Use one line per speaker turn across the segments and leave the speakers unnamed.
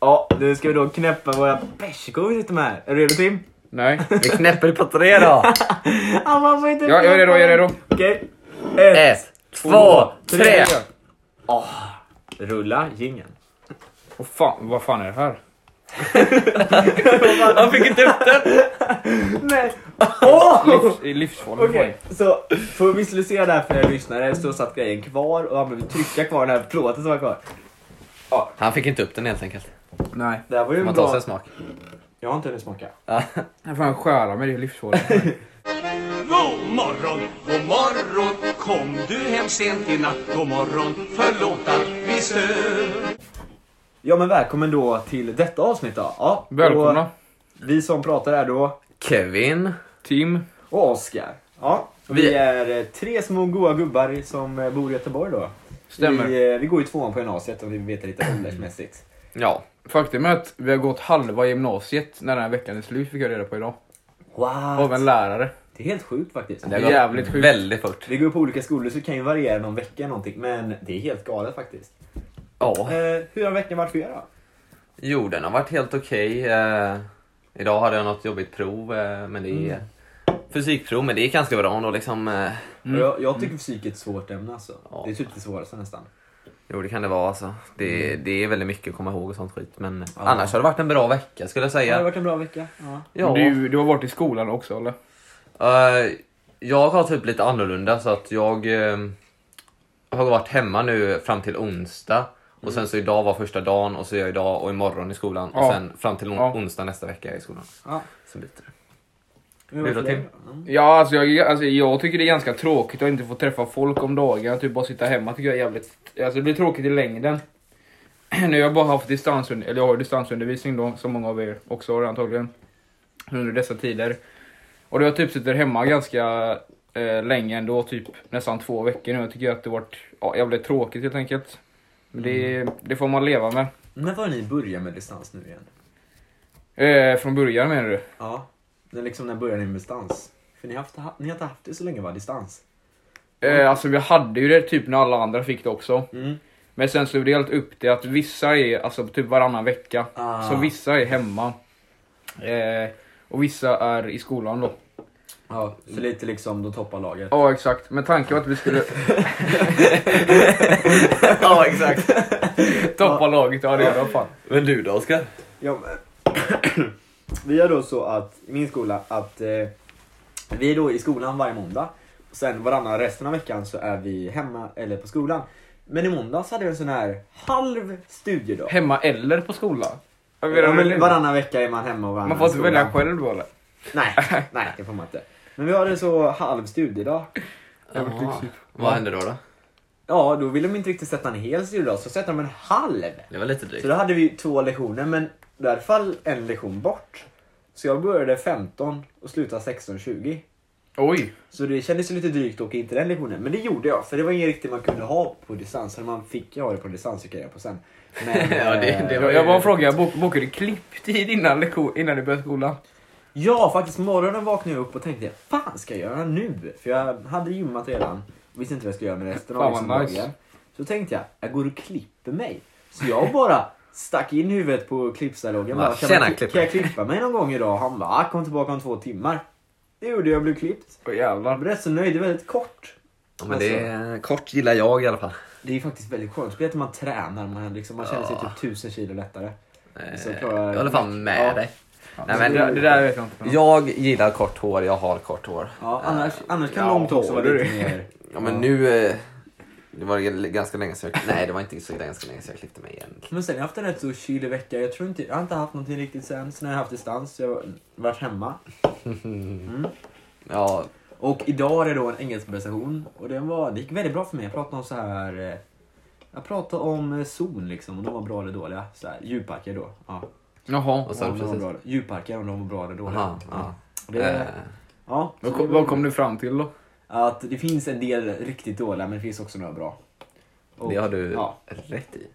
Ja, nu ska vi då knäppa våra bärskor vi sitter med här. Är du redo Tim?
Nej.
Vi knäpper på tre då.
Ah, man får inte
Ja, jag är redo, jag är redo.
Okej. Ett,
Ett, två, tre.
Rulla jingeln.
Åh fan, vad fan är det här?
Han fick inte upp den.
Nej. Åh!
Livs, det är livsfarlig
Okej, så för att visualisera det här för er lyssnare så satt grejen kvar och han behövde trycka kvar den här plåten som var kvar.
Han fick inte upp den helt enkelt.
Nej.
Det här var ju en
Man tar
bra...
sig en smak.
Jag har inte hunnit smaka.
Ja.
Jag får fan skära mig, det är livsfarligt.
God morgon, god morgon Kom du hem sent i natt God morgon, förlåt att vi stör
Ja men välkommen då till detta avsnitt då. Ja, och
Välkomna.
Vi som pratar är då
Kevin.
Tim.
och Oskar. Ja, och vi
Vi-
är eh, tre små goa gubbar som eh, bor i Göteborg då.
Stämmer.
Vi, eh, vi går ju tvåan på gymnasiet och vi vet lite åldersmässigt.
Ja.
Faktum är att vi har gått halva gymnasiet när den här veckan är slut, fick jag reda på idag. Av
Wow!
en lärare.
Det är helt sjukt faktiskt.
Det har gått
Jävligt sjukt.
Väldigt fort.
Vi går på olika skolor så det kan ju variera någon vecka eller någonting men det är helt galet faktiskt.
Ja.
Eh, hur har veckan varit för er då?
Jo, den har varit helt okej. Eh, idag hade jag något jobbigt prov, eh, men det är Mm. fysikprov, men det gick ganska bra ändå. Liksom, eh,
Jag, jag tycker fysik är ett svårt ämne alltså.
Ja.
Det är typ det svåraste nästan.
jo, det kan det vara. Alltså. Det, det är väldigt mycket att komma ihåg och sånt skit, men annars har det varit en bra vecka skulle jag
Har det
säga.
varit en bra vecka? Ja.
Ja.
Du, du har varit i skolan också eller?
Eh, jag har typ lite annorlunda, så att jag eh, har varit hemma nu fram till onsdag. Och sen så idag var första dagen och så är jag idag och imorgon i skolan
Ja.
och sen fram till on-
Ja.
onsdag nästa vecka är jag i skolan.
Ja.
Så blir det.
Hur har det
då,
varit för dig
Tim?
då? Mm.
Ja, alltså jag, alltså jag tycker det är ganska tråkigt att inte få träffa folk om dagen. Typ bara sitta hemma tycker jag är jävligt... Alltså det blir tråkigt i längden. Nu har jag bara haft distansundervisning, eller jag har ju distansundervisning då, som många av er också har antagligen. Under dessa tider. Och då jag typ sitter hemma ganska eh, länge ändå, typ nästan två veckor nu. Jag tycker att det varit ja, jävligt tråkigt helt enkelt. Men det, det får man leva med.
När var det ni började med distans nu igen?
Eh, från början menar du?
Ja. När, liksom, när började ni med distans? För ni har, haft, ni har inte haft det så länge va? Distans?
Eh, alltså vi hade ju det typ när alla andra fick det också.
Mm.
Men sen slog det helt upp det att vissa är alltså typ varannan vecka.
Ah.
Så vissa är hemma. Eh, och vissa är i skolan då.
Ja, så lite liksom de toppar laget.
Ja exakt, men tanken var att vi skulle
Ja, exakt.
toppa laget, ja det gör det fan.
Men du då Oskar?
Ja, men... vi gör då så att, i min skola, att eh, vi är då i skolan varje måndag. Och sen varannan resten av veckan så är vi hemma eller på skolan. Men i måndags hade vi en sån här halv studiedag.
Hemma eller på skolan? Jag menar,
Ja, men
men-
varannan vecka är man hemma och varannan
man får inte
skolan.
välja själv då eller?
Nej, nej det får man inte. Men vi hade en så halv studiedag.
Vad hände då? då?
Ja, då ville de inte riktigt sätta en hel studiedag, så sätter de en halv.
Det var lite
Så
drygt.
då hade vi två lektioner, men i alla fall en lektion bort. Så jag började 15 och slutade 16.20.
Oj!
Så det kändes ju lite drygt att åka in till den lektionen. Men det gjorde jag, för det var ingen riktigt man kunde ha på distans. Eller man fick ju ha det på distans fick jag reda på sen. Men,
Ja, det-
eh,
det var-
Jag, jag bara frågar, bok, bokade du klipptid innan, lektion, innan du började skolan?
ja, faktiskt morgonen vaknade jag upp och tänkte, fan ska jag göra nu? För jag hade gymmat redan. Visste inte vad jag skulle göra med resten av
Fan,
liksom
vad nice.
dagen. Så tänkte jag, jag går och klipper mig. Så jag bara stack in huvudet på klippsalongen.
Ja,
Bara, kan,
tjena,
man,
klippare."
kan jag klippa mig någon gång idag? Han bara, "Ah, kom tillbaka om två timmar. Det gjorde jag, blev klippt.
Åh
Jag
jävlar.
blev rätt så nöjd, det är väldigt kort.
Ja, men det är, Alltså, kort gillar jag i alla fall.
Det är faktiskt väldigt skönt. Speciellt när man tränar. Man, liksom, man känner sig typ tusen kilo lättare. Så
Eh,
klarar-
Jag håller fan med
Ja.
dig.
Nej,
Nej, men,
det, det där vet jag inte.
Jag gillar kort hår, jag har kort hår.
Ja, annars,
Eh,
annars kan
ja,
långt också vara
håller
lite
du.
mer...
Ja men nu... eh, Det var ju ganska länge sedan jag... Nej det var inte så ganska länge sedan jag klippte mig igen.
Men sen har jag haft en rätt så kylig vecka. Jag tror inte, jag har inte haft någonting riktigt sen. Sen har jag haft distans. Jag har varit hemma.
Ja,
Och idag är det då en engelskpresentation. Och den var, det gick väldigt bra för mig. Jag pratade om så här... eh, Jag pratade om eh, zon liksom. Om de var bra eller dåliga. Så här, djurparker då. Ja.
Jaha.
vad sa
Om
du
de var
precis?
bra, djurparker om de var bra eller dåliga.
Aha, ja.
Det,
Eh,
ja, så
Vad
det
kom,
var-
vad kom du fram till då?
Att det finns en del riktigt dåliga men det finns också några bra. Och-
Det har du
Ja.
rätt i.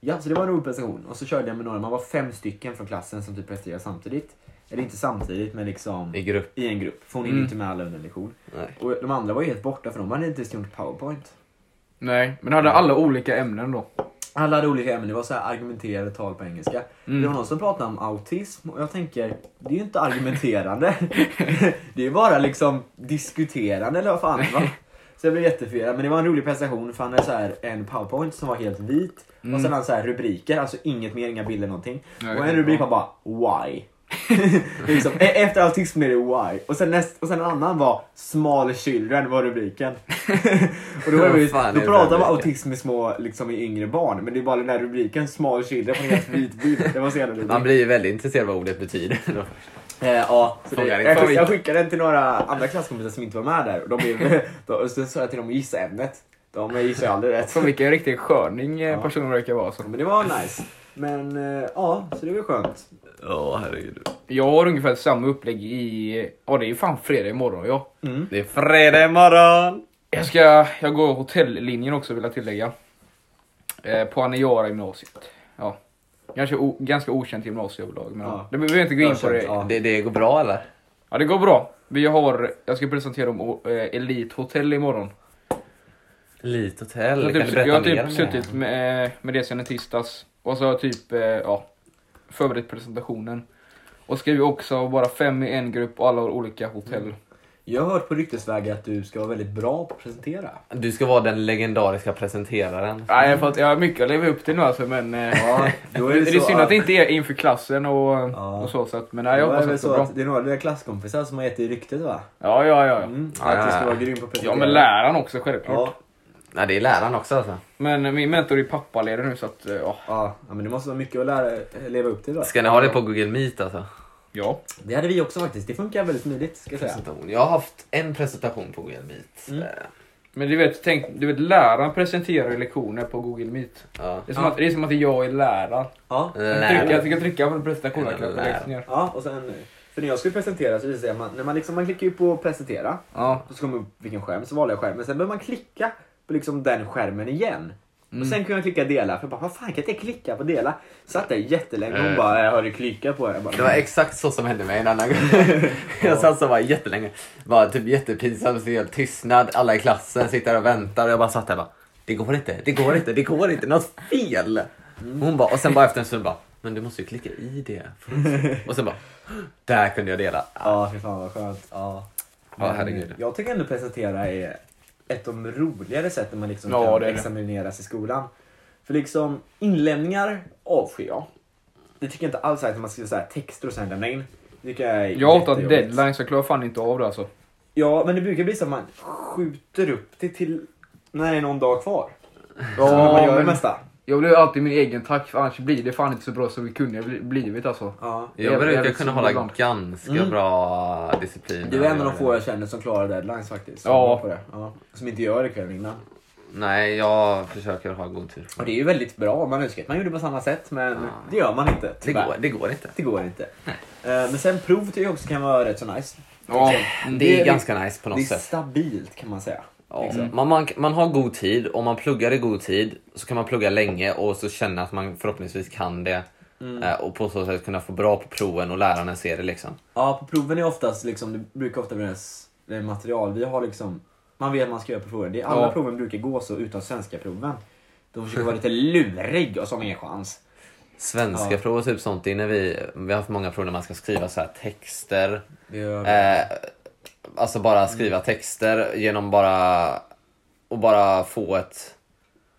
ja, så det var en rolig presentation. Och så körde jag med några, man var fem stycken från klassen som typ presterade samtidigt. Eller inte samtidigt men liksom
I grupp.
i en grupp. För hon är ju inte med alla under en lektion.
Nej.
Och de andra var ju helt borta för de hade inte ens gjort powerpoint.
Nej, men hade alla olika ämnen då?
alla hade olika ämnen, det var så här argumenterade tal på engelska.
Mm.
Det var någon som pratade om autism och jag tänker, det är ju inte argumenterande. det är ju bara liksom diskuterande eller vad fan va? Så jag blev jätteförvirrad, men det var en rolig presentation för han hade så här en powerpoint som var helt vit
Mm.
och sen han så här rubriker, alltså inget mer, inga bilder någonting.
Nej,
och
det
en
är
rubrik
bra.
var bara why. liksom, e- efter autism är det why. Och sen, näst, och sen en annan var small children var rubriken. och då, var det,
Vad
ju-
fan är
då
det
pratade man
rubriken?
autism i små, liksom i yngre barn. Men det är bara den där rubriken small children på en helt vit bild. Det var så jävla
Man
roligt.
blir ju väldigt intresserad av vad ordet betyder.
Eh, ja, så det,
Frågar inte.
jag, jag skickade den till några andra klasskompisar som inte var med där. Och de blev, då, så sa jag till dem att gissa ämnet. De gissade aldrig rätt.
Som vilken riktig sköning eh, personen verkar vara. Så.
Men det var nice. Men eh, ja, så det var skönt.
Ja, herregud.
Jag har ungefär samma upplägg i... Ja, det är ju fan fredag imorgon ja.
Det är fredag imorgon!
Jag ska... Jag går hotelllinjen också vill jag tillägga. Eh, på Aniara gymnasiet. Ja. Ganska, o, ganska okänt gymnasium överlag. Men
Ja.
ja. det behöver jag inte gå in på
Ökänt,
det.
ja.
Det, det går bra eller?
Ja, det går bra. Vi har... Jag ska presentera om o- eh, Elite Hotel imorgon.
Lite hotell,
Jag har
kan
typ,
du berätta
jag har
mer
typ
om
suttit
det?
med, med det sen i tisdags och så har jag typ eh, ja, förberett presentationen. Och skriver också bara fem i en grupp och alla har olika hotell.
Jag har hört på ryktesvägar att du ska vara väldigt bra på att presentera.
Du ska vara den legendariska presenteraren.
Nej, jag, fast, jag har mycket att leva upp till nu alltså men eh,
Ja, då
det, är
så
synd att det inte är inför klassen och,
Ja.
och så. så att, men nej, jag
Då är
hoppas
det
att det
så
går bra.
att det är några av dina klasskompisar som har gett dig ryktet va?
Ja, ja, ja. ja.
Mm.
Ja,
Att du
ja,
ska
ja.
vara grym på att presentera.
Ja men läraren också självklart.
Ja,
Nej, det är läraren också alltså.
Men eh, min mentor är pappaledig nu så att eh, ja.
ja, ja, men det måste vara mycket att lära, leva upp till då.
Ska ni ha det på Google Meet alltså?
ja.
Det hade vi också faktiskt. Det funkar väldigt smidigt ska jag säga.
Presentation. Jag har haft en presentation på Google Meet. Eh,
Men du vet, tänk, du vet läraren presenterar ju lektioner på Google Meet.
Ja. Eh,
Det är som,
Ja.
att, det är som att jag är läraren.
Ja.
Jag
Läraren.
trycker- Jag tycker trycka på presentationen.
Eller
kanske längst ner.
ja, och sen för när jag skulle presentera så visade det sig att man, när man, liksom, man klickar ju på presentera.
Ja.
Så kommer upp vilken skärm, så valde jag skärm. Men sen behöver man klicka på liksom den skärmen igen.
Mm.
Och sen kunde jag klicka dela. För jag bara, vad fan kan jag inte klicka på dela? Satt där jättelänge och hon
Eh.
bara, jag hörde klicka på det. Jag
Det var
bara,
exakt så som hände mig en annan gång. Jag satt så bara jättelänge. Bara typ jättepinsamt, så helt tystnad. Alla i klassen sitter där och väntar och jag bara satt där och bara. Det går inte, det går inte, det går inte, något fel. Och hon bara, och sen bara efter en stund bara. Men du måste ju klicka i det. Och sen bara. Där kunde jag dela.
ja fy fan vad skönt. Ja.
Ja,
Mm.
herregud.
Jag tycker ändå presentera är ett av de roligare sätten man liksom
Ja,
kan
det är det.
examineras i skolan. För liksom inlämningar avskyr jag. Det tycker jag inte alls är att man skriver så här texter och sen lämna in. Det tycker jag är
Jag hatar
jättejobbigt.
deadlines, jag klarar fan inte av det alltså.
Ja, men det brukar bli så att man skjuter upp det till när det är någon dag kvar. Så man
Ja,
gör det
men
mesta.
jag blir alltid min egen tack, för annars blir det fan inte så bra som vi kunde bli- blivit alltså.
Ja.
Jag brukar
Jävligt
kunna
synd
hålla
ibland.
ganska
Mm.
bra disciplin.
Du är en av de få jag känner som klarar deadlines faktiskt. Som
Ja.
är På det. Ja. Som inte gör det kvällen innan.
Nej, jag försöker ha god tur.
Och det är ju väldigt bra. Man önskar att man gjorde på samma sätt men det gör man inte.
Det
tyvärr.
går, det går inte.
Det går inte. Eh, Men sen prov tycker jag också kan vara rätt så nice.
Ja,
Det är liksom.
li-
ganska nice på
Det är
något sätt.
stabilt kan man säga.
Ja. Man, man, man har god tid, om man pluggar i god tid så kan man plugga länge och så känna att man förhoppningsvis kan det. Eh, Och på så sätt kunna få bra på proven och läraren ser det liksom.
Ja, på proven är oftast liksom, det brukar ofta bli ens- det är material. Vi har liksom, man vet vad man ska göra på proven. Det är, alla
Ja.
proven brukar gå så, utan svenska proven. De försöker vara lite lurig och så har man ingen chans.
Svenska
Ja.
prov och typ sånt, det är när vi, vi har haft många prov när man ska skriva så här texter.
Det gör...
Eh, alltså bara skriva texter genom bara... Och bara få ett...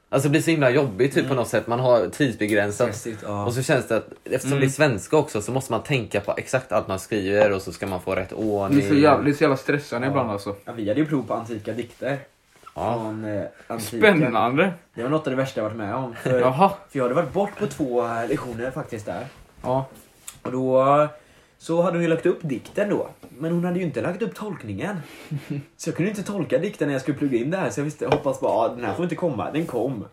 Alltså det blir så himla jobbigt typ på något sätt. Man har tidsbegränsat.
Stressigt, ja.
Och så känns det att eftersom det är svenska också så måste man tänka på exakt allt man skriver och så ska man få rätt
det
ordning.
är så jävla, det är så jävla stressande ibland alltså.
Ja, vi hade ju prov på antika dikter.
Ja.
Från, eh, antiken.
Spännande!
Det var något av det värsta jag varit med om. För,
Jaha.
för jag hade varit bort på två eh, lektioner faktiskt där.
Ja.
Och då så hade hon ju lagt upp dikten då. Men hon hade ju inte lagt upp tolkningen. Så jag kunde inte tolka dikten när jag skulle plugga in det här. Så jag visste, jag hoppas bara, ah, den här får inte komma. Den kom.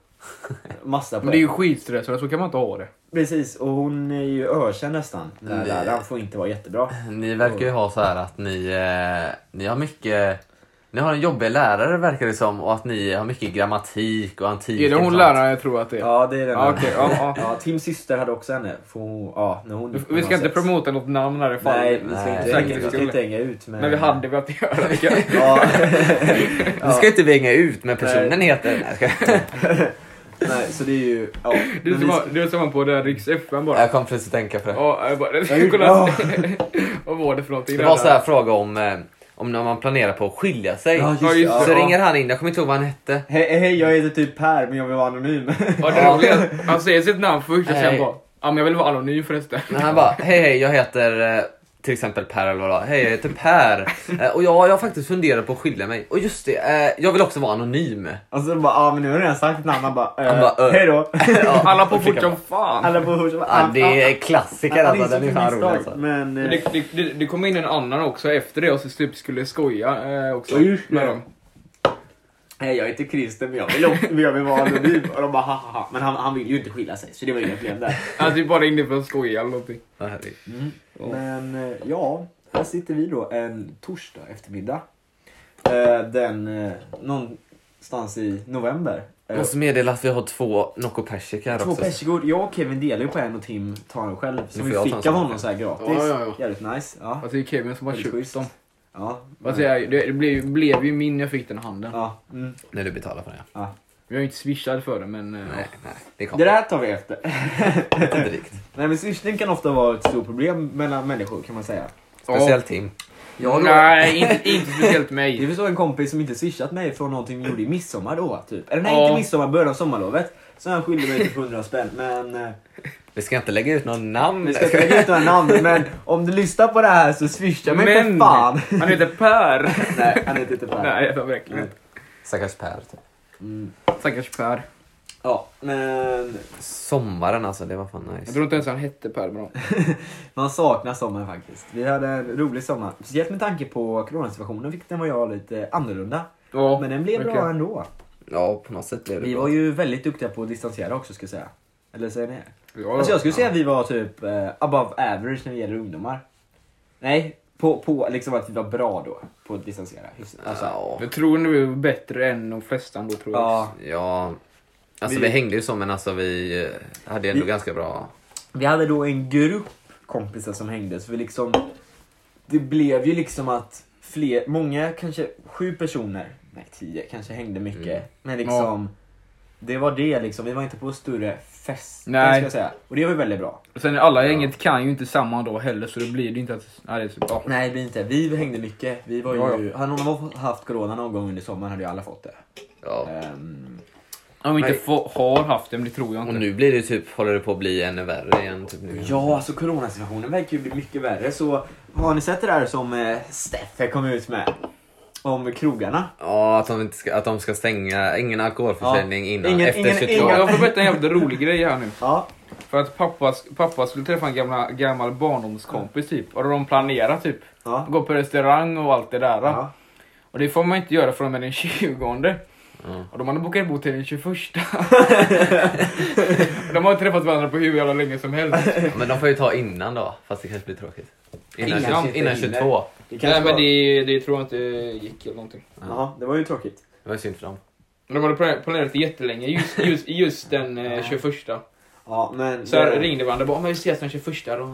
Massa
Men det är ju
poäng.
skitstressande, så kan man inte ha det.
Precis, och hon är ju ökänd nästan. Den här
Nej.
läraren får inte vara jättebra.
Ni verkar ju ha så här att ni, eh, ni har mycket... Ni har en jobbig lärare verkar det som och att ni har mycket grammatik och antik.
Är det
och
hon
sånt.
läraren jag tror att det är?
Ja, det är den.
Ja, okej, ja, ja.
ja, Tims syster hade också henne. För hon, ja, när hon,
Vi ska inte
sex.
promota något namn här ifall.
Nej, vi ska
Nej,
inte,
det är
hänga-
inte
vi ska
kul.
inte hänga ut. Men,
Men vi hade velat göra det.
Ja,
Du ska inte vänga ut men personen
Nej.
heter... Nej, jag ska...
nej, så det är ju... Ja,
Du
men
som
vi-
var, du som var på den riks FN bara.
Jag kom precis att tänka på det.
Ja, jag bara,
gjorde-
kolla. Vad var det för någonting?
Det var så här fråga om, eh, om när man planerar på att skilja sig.
Ja,
Ja, just
just
Så
det.
ringer han in, jag kommer inte ihåg vad han hette.
Hej, hej, jag heter typ Per men jag vill vara anonym.
Ja, det roliga är att han säger sitt namn först och sen
Nej.
bara, ja men jag vill vara anonym förresten.
Men han bara, hej hej jag heter eh, till exempel Per eller vad det var. Hej jag heter Per. Eh, Och jag, jag har faktiskt funderat på att skilja mig. Och just det, eh, jag vill också vara anonym.
Och så bara, ah, men nu har jag redan sagt namn. Han bara,
Han
eh,
bara, eh.
hej då.
Ja,
Alla på
och klicka
fort som fan.
Alla på hur som
Ja, det är
Han
klassiker
är
alltså,
så
den är fan
feminist
rolig
dag,
alltså.
men...
Men
eh,
Det, det, det, det kom in en annan också efter det och så typ skulle skoja eh, också.
Ja, just det.
med dem.
Hej, jag heter Christer men jag vill, också, men jag vill vara anonym. Och de bara, ha, ha, ha. Men han, han vill ju inte skilja sig så det var inga problem där.
Han typ bara ringde för att skoja eller någonting.
Ja, herregud.
Men eh, ja, här sitter vi då en torsdag eftermiddag. Eh, Den eh, någonstans i november. Eh,
Måste meddela att vi har två Nocco persikor här
Två
också.
persikor. Jag och Kevin delar ju på en och Tim tar en själv. Så
Nu
vi
får jag ta
fick
en
av
sån.
honom så här gratis.
Ja, ja, ja.
Jävligt nice. Ja.
Vad säger Kevin som har
Väldigt
köpt
schysst.
dem?
Ja.
Vad säger jag? Det, det blev, blev ju min när jag fick den i handen.
Ja. Mm.
När du betalar för det.
ja.
Jag är ju inte swishad för den men... eh,
Nej, nej, det
Det
kommer
där tar vi efter.
inte rikt.
Nej men swishning kan ofta vara ett stort problem mellan människor kan man säga.
ja.
Speciellt Tim.
Jag då-
Nej, inte, inte speciellt
Det
mig.
finns en kompis som inte swishat mig från någonting vi gjorde i midsommar då. Typ. Eller nej,
Ja.
inte midsommar, början av sommarlovet. Så han skyllde mig typ 100 spänn. Men eh,
Vi ska inte lägga ut någon namn.
vi ska inte lägga ut några namn. Men om du lyssnar på det här så swisha mig för
Men!
fan.
Han heter Per!
nej, han heter inte Per.
Nej, jag tar verkligen
Nej.
inte.
Stackars Per. typ.
Stackars Per.
Ja, men
Sommaren alltså, det var fan
Jag
nice.
tror inte ens han hette Per men
man saknar sommaren faktiskt. Vi hade en rolig sommar. Speciellt med tanke på coronasituationen fick den var jag lite annorlunda.
Ja,
Men den blev bra
verkligen.
ändå.
Ja, på något sätt blev det
Vi
bra.
var ju väldigt duktiga på att distansera också ska jag säga. Eller säger ni?
Ja,
Alltså jag skulle säga att vi var typ eh, above average när det gäller ungdomar. Nej, på, på liksom att vi var bra då på att distansera. Alltså,
Ja.
Jag tror nu vi var bättre än de flesta ändå tror jag.
ja,
Ja, alltså
Vi-
vi, hängde ju så men alltså vi eh, hade ändå
Vi-
ganska bra.
vi hade då en grupp kompisar som hängde så vi liksom Det blev ju liksom att fler, många, kanske sju personer, nej tio kanske hängde mycket. Men liksom Det var det liksom, vi var inte på större fest
Nej.
ska jag säga. Och det var ju väldigt bra.
Och Sen alla i gänget kan ju inte samma dag heller så då blir det inte att... Nej, det är så, ja.
Nej det blir inte, vi hängde mycket. Vi var
Ja,
ju, hade någon haft corona någon gång under sommaren hade ju alla fått det.
Ja.
Ehm,
Om vi inte
Nej.
få, har haft den, det tror jag
Och
inte.
nu blir det ju typ, håller det på att bli ännu värre igen. Typ nu.
Ja, alltså coronasituationen verkar ju bli mycket värre. Så har ni sett det där som eh, Steffe kom ut med? Om krogarna?
Ja, att de, inte ska, att de ska stänga, ingen alkoholförsäljning
Ja.
innan,
Ingen-
efter
ingen-
22.
Ja,
ingen-
jag får berätta en jävligt rolig grej här nu.
Ja.
För att pappa, pappa skulle träffa en gamla, gammal barndomskompis typ. Och de planerar typ.
Ja.
Gå på restaurang och allt det där.
ja.
Och det får man inte göra från och med den 20. Och de hade bokat bo till den 21. de har träffat varandra på hur jävla länge som helst.
Ja, Men de får ju ta innan då, fast det kanske blir tråkigt. Innan,
Innan
innan,
kanske inte hinner.
22.
Det kanske
Nej men
var-
det, det tror jag inte gick eller någonting.
Jaha, det var ju tråkigt.
Det var ju synd för dem.
Men De hade planerat- planerat det jättelänge, just, just, just den eh, 21.
Ja, men, eh,
Så
det-
ringde varandra och bara "Men vi ses den 21 då.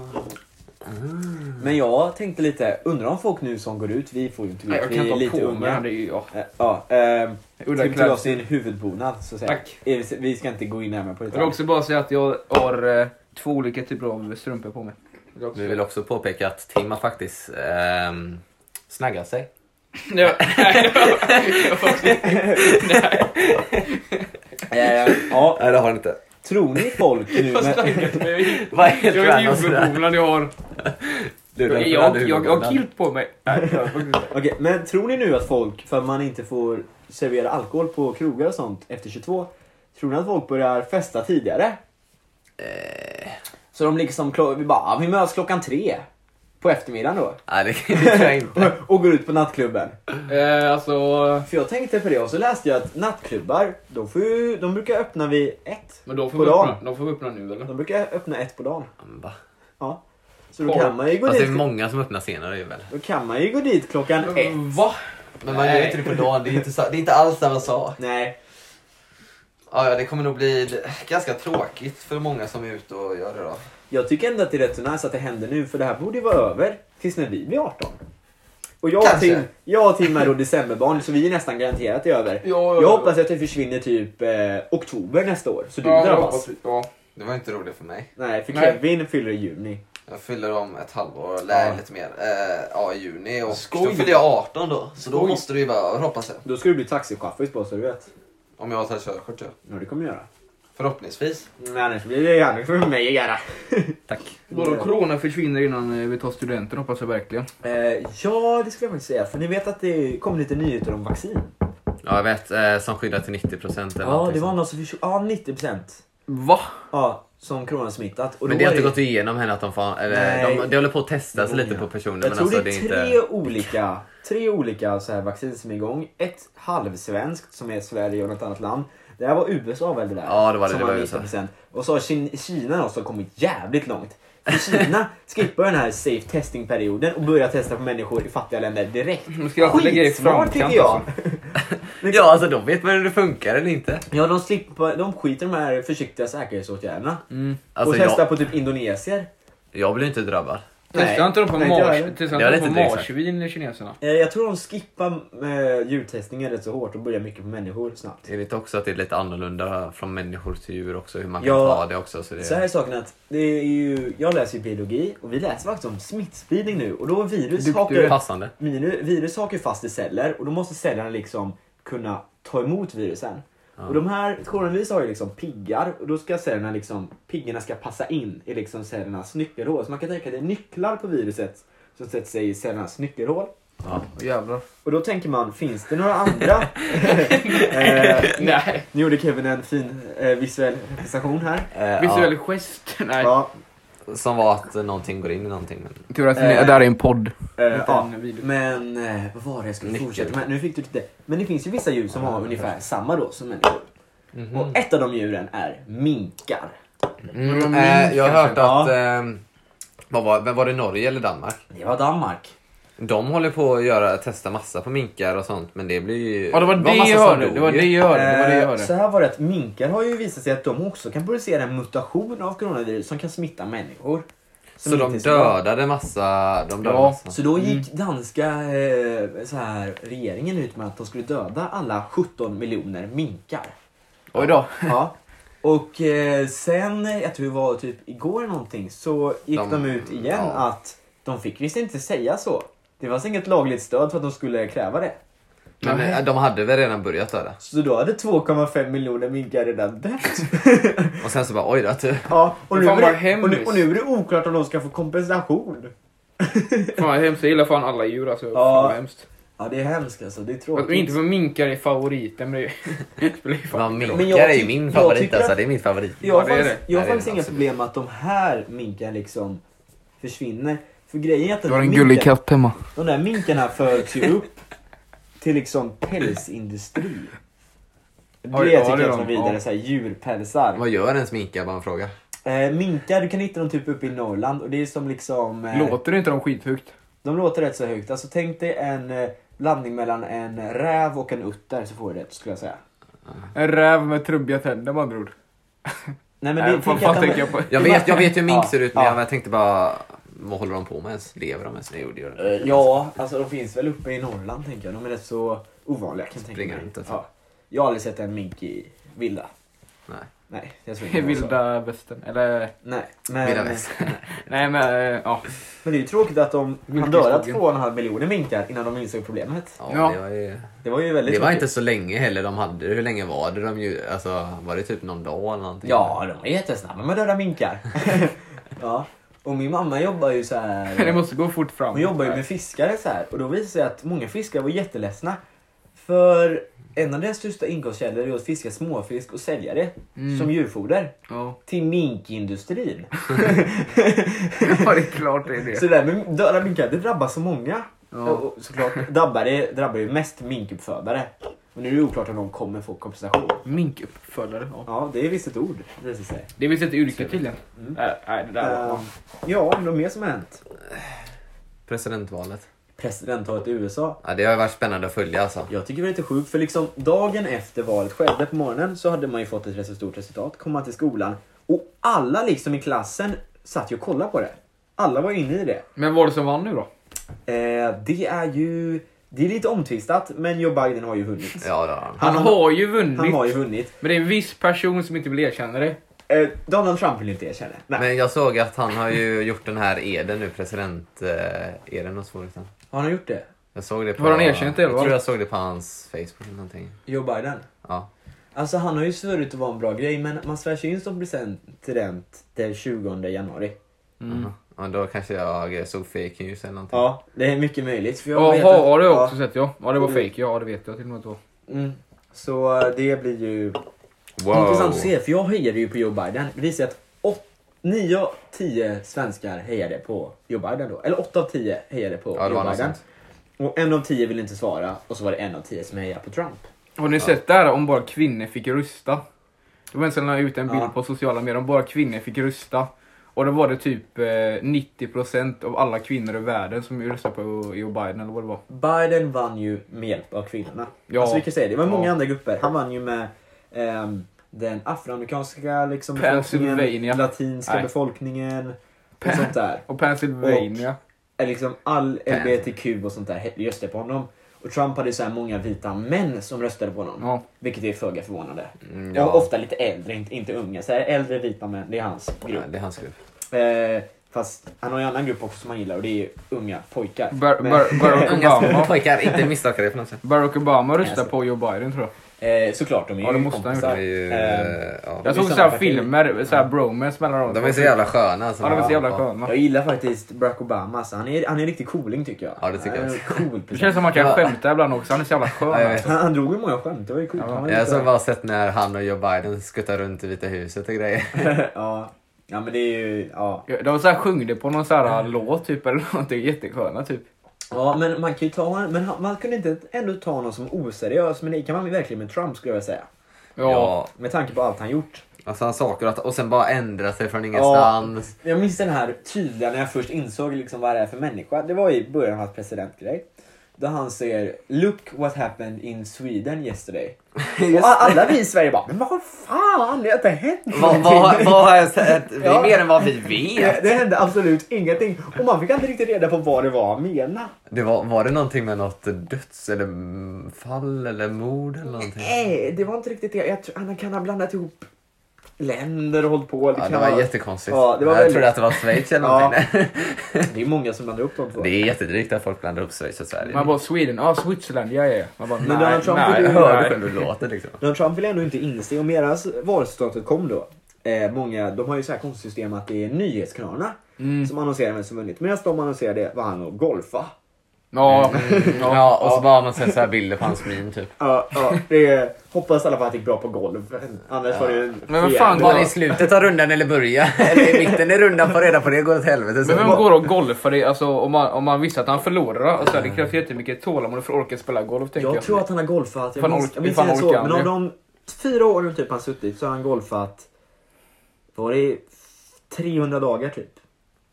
men jag tänkte lite, undrar om folk nu som går ut, vi får ju inte
Nej,
veta,
jag
vi
kan
är
inte ha
lite
på mig
unga.
den. det är ju- Ja.
Eh, Ja, ehm,
Udda
Tim tog
kläder.
av sin huvudbonad så att säga.
Tack.
Eh, vi- Vi ska inte gå in närmare på det.
Jag vill också bara säga att jag har eh, två olika typer av strumpor på mig. Det är också-
Vi vill också påpeka att Tim har faktiskt ehm, snaggat sig.
Ja, nej, jag- jag får-
Eh, ja,
Nej det har han inte.
tror ni folk nu...
jag har
Men,
snackat med-
Vad Alltså, är
Jag
helt
har
random
inte
sådär?
huvudbonad jag har.
Du,
Jag,
den
jag,
förlorade
jag har
huvudbonad.
kilt på mig. Nej, jag har faktiskt inte.
Okej, men tror ni nu att folk, för att man inte får servera alkohol på krogar och sånt efter 22, tror ni att folk börjar festa tidigare? Så de liksom, klo- vi bara, "Ah, vi möts klockan tre på eftermiddagen då.
Nej det, det tror jag inte.
Och går ut på nattklubben.
Eh, alltså,
För jag tänkte på det och så läste jag att nattklubbar, de, får ju, de brukar öppna vid ett
men de får,
på
vi öppna,
dagen.
de får vi öppna nu eller?
De brukar öppna ett på dagen.
Va?
Ja. Så då
Ja.
kan man ju gå
Fast det är
dit,
många som öppnar senare ju väl?
då kan man ju gå dit klockan ett.
Va?
Men man gör ju inte det på dagen, det är inte, så- det är inte alls samma sak.
Nej,
Ja, ja, det kommer nog bli ganska tråkigt för många som är ute och gör det då.
jag tycker ändå att det är rätt så nice att det händer nu för det här borde ju vara över tills när vi blir 18. Och jag och,
Kanske.
Tim, jag och Tim är då decemberbarn så vi är nästan garanterat över.
Ja, ja, ja.
jag hoppas att det försvinner typ eh, oktober nästa år så du
Ja, jag
drabbas.
hoppas- ja.
Det var inte roligt för mig.
Nej, för
Nej.
Kevin fyller i juni.
Jag fyller om ett halvår, eller lite mer, eh, ja, i juni. Och då
Skoj.
fyller jag 18 då. Så då
Skoj.
måste du ju vara över hoppas jag.
Då ska du bli taxichaffis på så du vet.
Om jag tar körkort ja.
Ja, det kommer jag göra.
Förhoppningsvis.
Men annars blir det gärna för mig att göra.
Tack.
Bara corona försvinner innan eh, vi tar studenten hoppas jag verkligen.
Eh, ja, det skulle jag faktiskt säga. För ni vet att det kom lite nyheter om vaccin.
Ja jag vet, eh, som skyddar till 90 procent eller
Ja, det var någon som försvann. Ja, 90 procent.
Va?
Ja, som coronasmittat. Och
Men
då
det har
var
inte gått igenom än att de får, eller,
Nej.
de, det håller på att testas lite på personer
Jag
men
tror
alltså
det är
inte...
tre olika, tre olika så här vaccin som är igång. Ett halvsvenskt som är Sverige och något annat land. Det här var USA väl det där?
Ja, det var det,
Som
det
har
var USA.
90%. Och så har Kin- Kina då som kommit jävligt långt. För Kina skippar den här safe testing perioden och börjar testa på människor i fattiga länder direkt.
De ska alltid lägga er i
Skitsmart tycker
framkant,
jag.
alltså. Ja alltså de vet man hur det funkar eller inte.
Ja, de, slipper, de skiter i de här försiktiga säkerhetsåtgärderna.
Alltså,
och testar
jag-
på typ indonesier.
Jag blir inte drabbad.
Nej,
Testade inte de på
nej, inte jag heller.
mars- testade
Jag
inte
vet
de på
inte exakt.
marsvin, kineserna?
Eh, Jag tror de skippar eh, djurtestningen rätt så hårt och börjar mycket på människor snabbt.
Jag vet också att det är lite annorlunda från människor till djur också, hur man kan
Ja.
ta det också. Så det...
Så här är saken att det är ju, jag läser ju biologi och vi läser faktiskt om smittspridning nu och då virus
Duktig.
hakar,
Passande.
minu, virus hakar fast i celler och då måste cellerna liksom kunna ta emot virusen. Och de här coronavirus har ju liksom piggar och då ska cellerna liksom, piggarna ska passa in i liksom cellernas nyckelhål. Så man kan tänka att det är nycklar på viruset som sätter sig i cellernas nyckelhål.
Ja.
Åh, Jävlar.
Och då tänker man, finns det några andra? eh,
Nej.
nu gjorde Kevin en fin eh, visuell representation här.
Eh,
Visuell gest? Nej.
Ja,
ja. Som var att någonting går in i någonting. Men...
Tur att
Eh.
det där är en podd.
Eh,
Inte
ja,
en video.
men eh, vad var det jag skulle
Nyckel.
fortsätta med? Nu fick du lite. Men det finns ju vissa djur som har ungefär samma då som människor. Och ett av de djuren är minkar.
Mm,
Eh, jag har hört
Ja.
att... Eh, vad var, vem var det Norge eller Danmark?
Det var Danmark.
De håller på att göra, testa massa på minkar och sånt men det blir ju...
Ja, det var det
massa som
jag hörde.
dog
Det var
ju.
det jag hörde. Det var det jag
Eh,
hörde.
så här var det att minkar har ju visat sig att de också kan producera en mutation av coronavirus som kan smitta människor. Som
Så de
inte är bra.
dödade massa... De dödade
Ja.
massa.
Så då gick danska eh, så här, regeringen ut med att de skulle döda alla 17 miljoner minkar.
Oj då.
Ja. Och eh, sen, jag tror det var typ igår eller någonting, så gick de,
De-
ut igen
ja.
att de fick visst inte säga så. Det fanns inget lagligt stöd för att de skulle kräva det.
Men eh, de hade väl redan börjat döda?
Så då hade 2,5 miljoner minkar redan dött.
Och sen så bara oj då. Ty.
ja, och,
Men
nu
fan vad
är det,
hemskt.
och, nu, och nu är det oklart om de ska få kompensation.
Fan vad hemskt. Jag gillar fan alla djur alltså.
Ja.
Fan vad hemskt.
Ja, det är hemskt alltså. Det är
Fast
tråkigt.
inte för minkar är favoriten men det spelar ju fan
Vad
ingen roll.
Men jag
minkar är ju
tyck-
min
jag
favorit
tycker
alltså.
att-
Det är min favorit.
Jag har
Ja, det är
faktiskt,
det.
jag har
Nej, det är
faktiskt
det
inga
absolut.
problem med att de här minkarna liksom försvinner. För grejen är att
Du
de
har en
minkarna-
gullig katt hemma.
De där minkarna föds ju upp till liksom pälsindustri. Det
Oj, ja,
tycker
det
jag
är
är
de.
vidare,
Ja.
så här djurpälsar.
Vad gör ens minkar bara en fråga?
Eh, minkar, du kan hitta dem typ uppe i Norrland och det är som liksom... Eh,
Låter inte de skithögt?
De låter rätt så högt. Alltså tänk dig en eh, blandning mellan en räv och en utter så får du det skulle jag säga.
En räv med trubbiga tänder med andra ord.
Nej men
Nej,
det,
fan,
tänk att
fan
de-
tänker jag på.
Jag vet, jag vet hur mink
Ja,
ser ut men
ja.
jag tänkte bara... Vad håller de på med ens? Lever de ens? Nej, jo, det gör de.
Eh, Ja, alltså de finns väl uppe i Norrland tänker jag. De är rätt så ovanliga kan jag tänka
Springer
mig.
runt ett tag.
Ja. Jag har aldrig sett en mink i vilda.
Nej.
Nej, jag tror inte
I
det var så.
vilda västern. Eller
Nej, men...
Vilda väst.
nej men eh, ja.
Men det är ju tråkigt att de hann
Mycket
döda
skogen.
2,5 miljoner minkar innan de insåg problemet.
Ja,
Ja.
det var ju...
Det var ju väldigt
Det var
tråkigt.
inte så länge heller de hade det. Hur länge var det de ju... Alltså, var det typ någon dag eller någonting?
Ja, de var jättesnabba med att döda minkar. ja. Och min mamma jobbar ju så här...
Det måste gå fort fram.
Hon jobbar ju med fiskare så här och då visade det sig att många fiskare var jätteledsna. För en av deras största inkomstkällor är att fiska småfisk och sälja det
Mm.
som djurfoder.
Mm. Ja.
Till minkindustrin.
ja, det är klart det är det.
så det där med döda minkar, det drabbar så många. Och, och såklart drabbar det drabbar ju mest minkuppfödare. Och nu är det oklart om de kommer få kompensation.
Minkuppfödare. Ja.
Ja, det är visst ett ord. Det visar sig.
Det är visst ett yrke tydligen. Nej, nej, det där var...
Ehm, ja, något mer som har hänt?
Presidentvalet.
Presidentvalet i USA.
Ja, det har ju varit spännande att följa alltså.
Jag tycker det var lite sjukt för liksom dagen efter valet skedde på morgonen så hade man ju fått ett rätt så stort resultat. Kom man till skolan och alla liksom i klassen satt ju och kollade på det. Alla var inne i det.
Men vad var det som vann nu då?
Eh, det är ju... Det är lite omtvistat, men Joe Biden har ju vunnit.
Ja, det har han.
Han har ju vunnit.
Han har ju vunnit.
Men det är en viss person som inte vill erkänna det.
Eh, Donald Trump vill inte erkänna. Nej.
Men jag såg att han har ju gjort den här eden nu, eh, president-eden och svurit den.
Har han gjort det?
Jag såg det på...
Har han erkänt det,
Jag
va?
tror jag såg det på hans Facebook eller någonting.
Joe Biden?
Ja.
Alltså han har ju svurit att vara en bra grej, men man svärs ju in som president den 20 januari.
Mm. Ja, då kanske jag såg fake news eller någonting.
Ja, det är mycket möjligt. För jag
Ja,
vet att-
har det
ja.
också sett ja. Ja, det var
Mm.
fake. Ja, det vet jag till och med att det var.
Mm. Så eh, det blir ju
Wow.
intressant att se, för jag hejade ju på Joe Biden. Det visar sig att åt- nio av 10 svenskar hejade på Joe Biden då. Eller åtta av 10 hejade på
Ja, det var
Joe
något
Biden.
sånt.
Och en av 10 ville inte svara och så var det en av 10 som hejade på Trump.
Har ni sett det här om bara kvinnor fick rösta? Det var en som la ut en bild
Ja.
på sociala medier om bara kvinnor fick rösta. Och då var det typ eh, 90% av alla kvinnor i världen som röstade på Joe Biden eller vad det var.
Biden vann ju med hjälp av kvinnorna.
Ja.
Alltså vi kan säga det, det var många
Ja.
andra grupper. Han vann ju med ehm, den afroamerikanska liksom,
Pennsylvania.
befolkningen, latinska
Nej.
befolkningen och sånt där.
Och Pennsylvania.
Eh, Liksom all LBTQ och sånt där he- röstade på honom. Och Trump hade så här många vita män som röstade på honom.
Ja.
Vilket är föga förvånande.
Mm, ja.
Och ofta lite äldre, inte, inte unga. Så här, äldre vita män, det är hans
Ja,
grupp.
det är hans grupp.
Eh, fast han har ju en annan grupp också som han gillar och det är ju unga pojkar.
Bar-
Men-
bar- Barack
Unga
Obama.
pojkar, inte misstolka det på något sätt.
Barack Obama röstade
Alltså.
på Joe Biden tror jag.
Eh, såklart, de är
Ja, det
ju
måste han
kompisar.
De är ju...
Ehm,
ja.
Jag
Det är
såg så
samma
här
parti.
filmer, så här bromance mellan dem.
De är så jävla sköna. Alltså.
Ja, de är så jävla sköna.
Jag gillar faktiskt Barack Obama, så han är, han är en riktig cooling tycker jag.
Ja, det tycker jag
han är
också.
en cool
Det
person.
känns som man kan
Ja.
skämta ibland också. Han är så jävla skön.
Ja, jag
alltså.
vet.
han, han drog ju många skämt, det var ju coolt.
Ja.
Han var
Jag har
lite-
så bara sett när han och Joe Biden skuttar runt i Vita huset och grejer.
ja. ja, men det är ju... Ja.
Ja, De så här sjöng det på någon så här låt typ eller någonting. Jättesköna typ.
ja, men man kan ju ta... Men han- man kunde inte ändå ta någon som oseriös, men det kan man ju verkligen med Trump skulle jag vilja säga.
ja.
Med tanke på allt han gjort.
Alltså han saker att, och sen bara ändra sig från ingenstans.
Jag minns den här tydliga när jag först insåg liksom vad det är för människa. Det var i början av hans presidentgrej. Då han säger “Look what happened in Sweden yesterday”. Och a- alla vi i Sverige bara “Men vad fan, det har inte hänt
Vad,
någonting."
vad, vad har jag sett? Det
Ja.
är mer än vad vi
Det,
vet.
det hände absolut ingenting och man fick aldrig riktigt reda på vad det var han menade.
Det var, var det någonting med något döds eller mm, fall eller mord eller någonting?
Nej, Eh, det var inte riktigt det. Jag tror, han kan ha blandat ihop länder och hållit på.
Ja,
kan
det var
ha-
jättekonstigt.
Ja, det var
jag
väldigt-
trodde att det var Schweiz eller
Ja.
någonting.
Det är många som blandar ihop de två.
Det är jättedrygt att folk blandar upp Schweiz och Sverige.
Man bara Sweden, ja ah, Switzerland, ja ja, ja. Man bara
Men Donald
nej,
Trump
nej,
vill
jag
ju-
hörde
nej.
själv hur det låter liksom.
Donald Trump vill ändå inte inse, om deras valresultatet kom då, eh, många, de har ju så här konstigt system att det är nyhetskanalerna
Mm.
som annonserar vem som vunnit. Medan de annonserade var han och golfa.
Ja,
Mm.
ja.
Ja, och så bara har man sett så här bilder på hans min typ.
Ja, ja, det är, hoppas i alla fall att det gick bra på golv. Annars var det ju en
Men vad
fel.
fan,
Var
Ja.
det i slutet av rundan eller början? Eller i mitten i rundan? Får reda på det går åt helvete. Så
Men vem
bara-
går och golfar det, alltså, om, man, om man visste att han förlorar? Alltså, det krävs jättemycket tålamod för att orka spela golf tänker jag.
Jag tror att han har golfat, jag
Fan
minns,
ork-
jag minns
fan
inte så,
orkar han
men av
det?
de fyra åren typ han suttit så har han golfat, var det 300 dagar typ?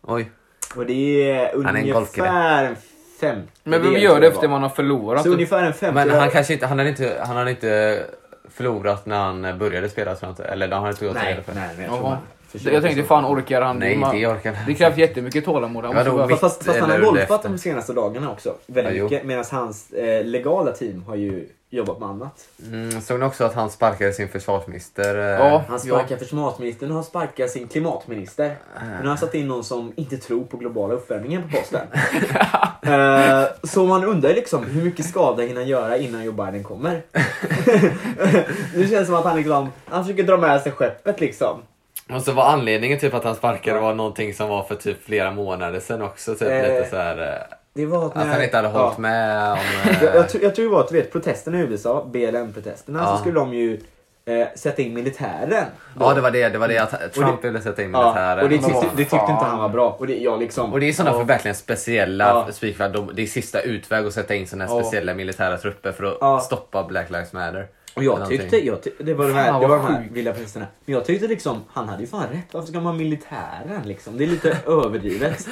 Oj.
Och det är
är en golfkille.
ungefär en femtedel.
Men vem
tror
gör
jag
det efter
var.
man har förlorat?
Så ungefär en femtedel.
Men han kanske inte, han hade inte, han hade inte förlorat när han började spela tror jag inte. Eller han hade inte gått
Nej,
nej, för.
nej, men jag tror
Ja.
man försöker
Jag tänkte
så.
fan orkar han?
Nej,
man,
det orkar han.
det krävs jättemycket tålamod. Han
Ja,
måste
då
bara-
Fast, fast, fast han har
Eller
golfat
efter.
de senaste dagarna också. Väldigt
Ja, jo.
mycket. Medan hans eh, legala team har ju jobbat med annat.
Mm, såg ni också att han sparkade sin försvarsminister? eh,
Ja.
Han sparkar försvarsministern och han sparkar sin klimatminister.
Äh.
Men nu har han satt in någon som inte tror på globala uppvärmningen på posten. eh, så man undrar ju liksom hur mycket skada hinner han göra innan Joe Biden kommer? det känns som att han liksom, han försöker dra med sig skeppet liksom.
Och så var anledningen typ att han sparkade var någonting som var för typ flera månader sedan också. Typ
Eh,
lite så här, eh,
Det var
att han inte hade
ja.
hållit med om... eh,
Jag, jag, tror- jag tror det var att du vet, protesterna i USA, BLM-protesterna,
Ja.
så skulle de ju eh, sätta in militären.
ja, det var det. Det var det att
Och
Trump
det-
ville sätta in eh,
Ja,
militären.
och det tyckte, det tyckte
Fan.
inte han var bra. Och det, jag liksom,
Och det är sådana för verkligen speciella
Ja.
spikfall. De, det är sista utväg att sätta in sådana här
Ja.
speciella militära trupper för att
Ja.
stoppa Black Lives Matter.
och
Eller
jag
någonting.
tyckte, jag ty, det var de här,
Fan,
det var
vad
de här
sjukt.
vilda protesterna. Men jag tyckte liksom, han hade ju fan rätt. Varför ska man ha militären liksom? Det är lite överdrivet.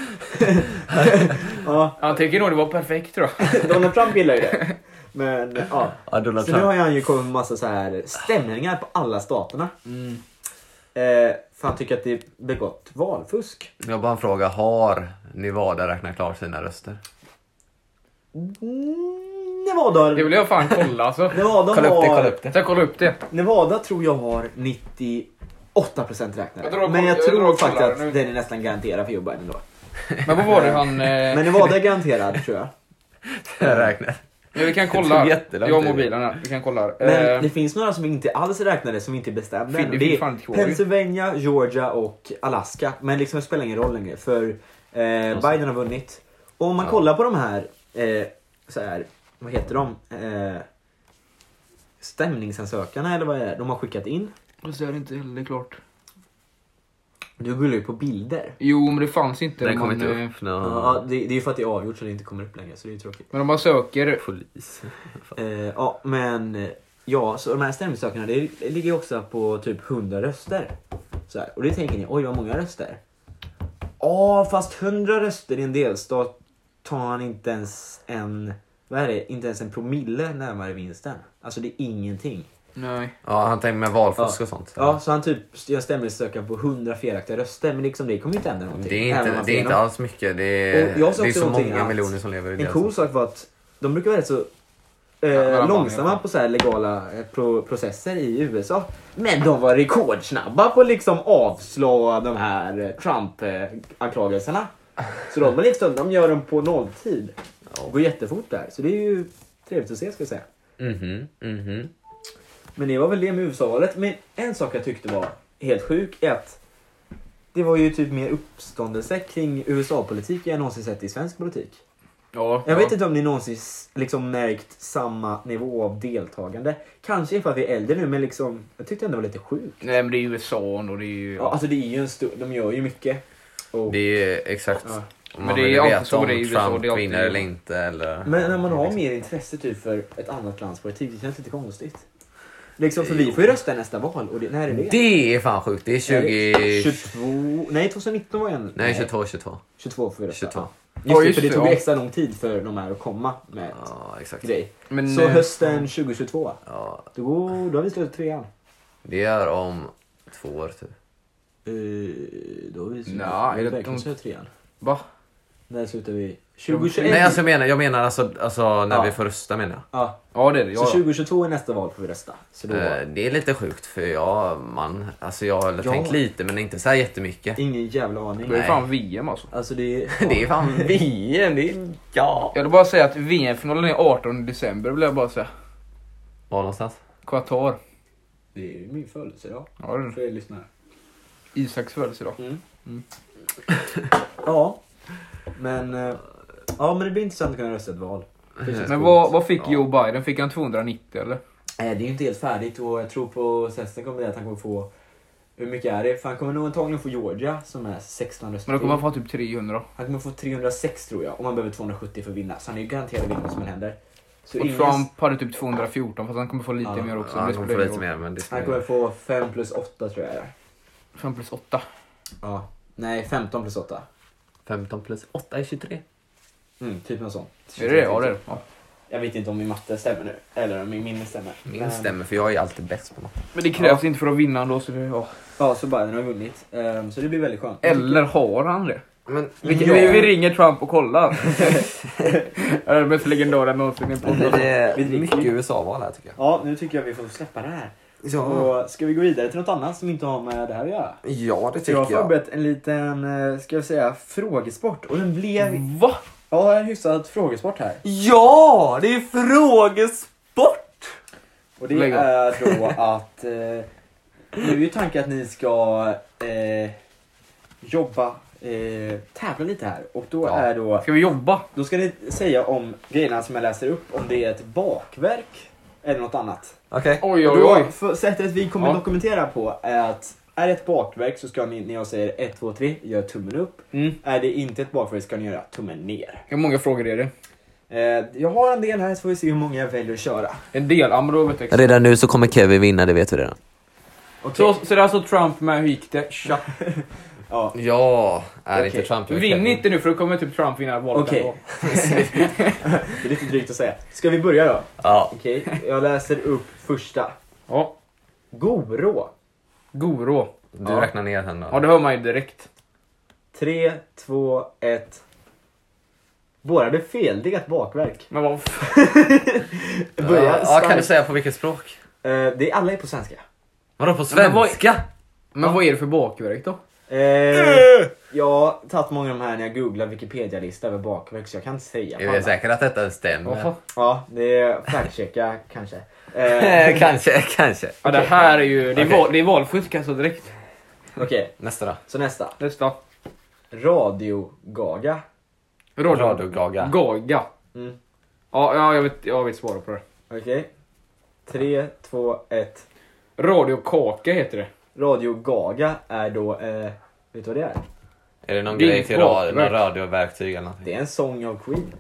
ja,
Han tycker nog det var perfekt tror jag.
Donald Trump gillar ju det. Men ja.
Ja, Donald
Så
Trump.
nu har han ju kommit med massa så här stämningar på alla staterna.
Mm.
Eh, för han tycker att det är begått valfusk.
Jag bara en fråga. Har Nevada räknat klart sina röster?
Nevada.
Det vill jag fan kolla alltså.
Nevada
Kolla upp det,
har...
kolla upp det.
Jag kolla upp det.
Nevada tror jag har 98% räknare.
Jag drar-
men jag,
jag
tror
drar och
faktiskt
kollar
att
nu.
den är nästan garanterad för Joe Biden då.
Men vad var det han... Eh,
Men Nevada är garanterad tror jag.
Jag räknar.
men vi kan
Det
kolla.
tog jättelång
Jag har
tid.
mobilen här. Vi kan kolla. här.
Men det
eh,
finns några som inte alls är räknade som inte är bestämda
Fin-
än.
det
Det
finns
är
fan inte ihåg.
Pennsylvania, Georgia och Alaska. Men liksom det spelar ingen roll längre för eh,
Alltså.
Biden har vunnit. Och om man
Ja.
kollar på de här, eh, så här, vad heter de? Eh, stämningsansökarna eller vad är det? De har skickat in.
jag ser inte heller klart.
Du gullar ju på bilder.
Jo, men det fanns inte.
Den
någon,
kommer inte
eh,
upp någon
Ja, det, det är ju för att det är avgjort så det inte kommer upp längre så det är ju tråkigt.
Men om man söker...
polis.
Eh, ja, men eh, ja, så de här stämningssökarna det ligger ju också på typ 100 röster. Så här. Och det tänker ni, oj vad många röster. Ja, fast 100 röster i en delstat tar han inte ens en, vad är det, inte ens en promille närmare vinsten. Alltså det är ingenting.
Nej.
Ja, han tänker med valfusk och sånt.
Ja, så han typ gör stämningssökan på 100 felaktiga röster, men liksom det kommer ju inte hända någonting.
Det är
även om
inte,
man
det
ser
är inte
dem.
alls mycket. Det
Och
är,
jag sa
Eh,
också
det är så
någonting
många
att
miljoner som lever i
En
det.
cool sak var att de brukar vara rätt så eh,
Albanien.
långsamma på så här legala eh, pro processer i USA. Men de var rekordsnabba på att liksom avslå de här eh, Trump-anklagelserna. Så de har liksom, de gör dem på nolltid. Det går jättefort där. Så det är ju trevligt att se ska jag säga.
Mhm, mhm.
Men det var väl det med USA-valet. Men en sak jag tyckte var helt sjuk är att det var ju typ mer uppståndelse kring USA-politik än jag någonsin sett i svensk politik.
Ja.
Jag
ja.
vet inte om ni någonsin s- liksom märkt samma nivå av deltagande. Kanske för att vi är äldre nu, men liksom, jag tyckte ändå det var lite sjukt.
Nej, men det är ju USA ändå. Det är ju...
Ja, alltså det är ju en stor, de gör ju mycket. Och,
Det är exakt.
Ja.
Om
Men
man
det är
vill
alltid
veta
så
om
det är i USA,
Trump
det är alltid-
vinner eller inte. Eller...
men när man har mer intresse typ för ett annat lands politik, det känns lite konstigt. Liksom, för vi får ju rösta i nästa val och det, när är det?
Det är fan sjukt. Det är
Är det
20...
22, nej 2019 var jag en.
Nej, 22, 22.
22 får vi rösta.
22.
Ja. Just det,
just
för det
det,
tog
ja.
extra lång tid för de här att komma med ett
Ja, exakt.
grej.
Men,
Så
eh,
hösten 2022,
Ja,
då, går- då har vi slutat trean.
det är om två år typ.
Eh, då har vi
Nja,
slutat.
är det
verkligen
de-
slutat trean.
Va?
När slutar vi?
Nej,
2021?
alltså jag menar, jag menar alltså, alltså när
Ja.
vi får rösta menar jag.
Ja,
Ja, det är det.
så
Ja, ja.
2022 är nästa val får vi rösta. Så då,
Eh, Det är lite sjukt för jag, man, alltså jag har
Ja.
tänkt lite men inte så här jättemycket.
ingen jävla aning.
Det är
Nej.
fan VM alltså.
Alltså det är...
Det är fan VM, det är... Ja.
Jag vill bara säga att VM-finalen är 18 december vill jag bara säga.
Var någonstans?
Qatar.
Det är ju min födelsedag.
Ja, det är det.
er lyssnare.
Isaks födelsedag.
Ja. Men... eh, Ja men det blir intressant att kunna rösta ett val. Det känns
Men
coolt.
vad, vad fick Joe Biden? Fick han 290 eller?
Nej, Eh, Det är ju inte helt färdigt och jag tror på Sessen kommer det att han kommer få... Hur mycket är det? För han kommer nog antagligen få Georgia som är 16 röster
Men då kommer
till.
han få typ 300.
Han kommer få 306 tror jag, om han behöver 270 för att vinna. Så han är ju garanterad att vinna vad som än händer. Så
Och
ingen-
Trump hade typ 214 fast han kommer få lite
Ja,
mer också.
Ja,
det
jag
spelar
kommer få
ingen
lite
roll.
mer men det
Han kommer
spelar
få 5 plus 8 tror jag det är.
5 plus 8.
Ja. Nej, 15 plus 8.
15 plus 8 är 23.
Mm, typ något sånt.
Är det det? Ja det är det. Ja.
Jag vet inte om min matte stämmer nu. Eller om min minne stämmer.
Min
Men-
stämmer för jag är alltid bäst på något.
Men det krävs inte för att vinna ändå. Så det, ja.
Ja, så Biden har vunnit. Ehm, så det blir väldigt skönt. Mm.
Eller har han det?
Men
Vi,
Ja.
vi, vi ringer Trump och kollar. det är den mest legendaren någonsin i podden.
det är
Vi dricker
mycket
ju.
USA-val här tycker jag.
Ja, nu tycker jag vi får släppa det här. Och ska vi gå vidare till något annat som inte har med det här att göra?
Ja, det
jag
tycker
har
jag.
förberett en liten, eh, ska jag säga, frågesport. Och den blev...
Va?
Ja, en hyfsad frågesport här.
Ja, det är frågesport!
Och det
Lägg av.
är då att eh, nu är ju tanken att ni ska eh, jobba, eh, tävla lite här. Och då
Ja.
är då,
Ska vi jobba?
då ska ni säga om grejerna som jag läser upp, om det är ett bakverk eller något annat.
Okej.
Oj
Och
oj
då,
oj.
för, sättet vi kommer
Ja.
dokumentera på är att är det ett bakverk så ska ni, när jag säger 1, 2, 3, gör tummen upp.
Mm.
Är det inte ett bakverk ska ni göra tummen ner.
Hur många frågor är det?
Eh, jag har en del här så får vi se hur många jag väljer att köra.
En del. Ja men då vet jag exakt.
Redan nu så kommer Kevin vinna, det vet vi redan.
Så, så det är alltså Trump med, hur gick det? Tja.
Ja.
Ja, är
Okej.
inte Trump
Vinn inte nu för då kommer typ Trump vinna valet
Okej.
ändå.
Det är lite drygt att säga. Ska vi börja då?
Ja.
Okej, jag läser upp första.
Ja.
Gorå.
Goro.
Du
Ja.
räknar ner henne.
Ja det hör man ju direkt.
3, 2, 1. Våra hade fel, det är ett bakverk.
Men vad fan.
Börja
ja, kan du
starkt.
säga på vilket språk?
Eh, det är alla är på svenska.
Vadå på
Men vad-
svenska?
Men vad är det för bakverk då?
Eh, jag har tagit många av de här när jag googlar Wikipedia-lista över bakverk så jag kan inte säga. på
Jag är
alla.
säker att detta
Vad
stämmer.
fan?
Ja, det är fact-checka kanske.
Eh,
Eh,
kanske, kanske.
Ja, det här är ju... Det är,
Okej.
val, det är valfusk alltså direkt.
Okej,
Nästa då.
så nästa.
Nästa.
Radiogaga.
Radio.
Radiogaga.
Gaga.
Mm.
Ja, ja jag, vet, jag vet svara på det.
Okej. Tre, två, ett.
Radiokaka heter det.
Radiogaga är då, eh, vet du vad det är?
Är det någon
Det är
grej
inget
till radio,
bakverk.
någon radioverktyg eller någonting?
Det är en sång av Queen.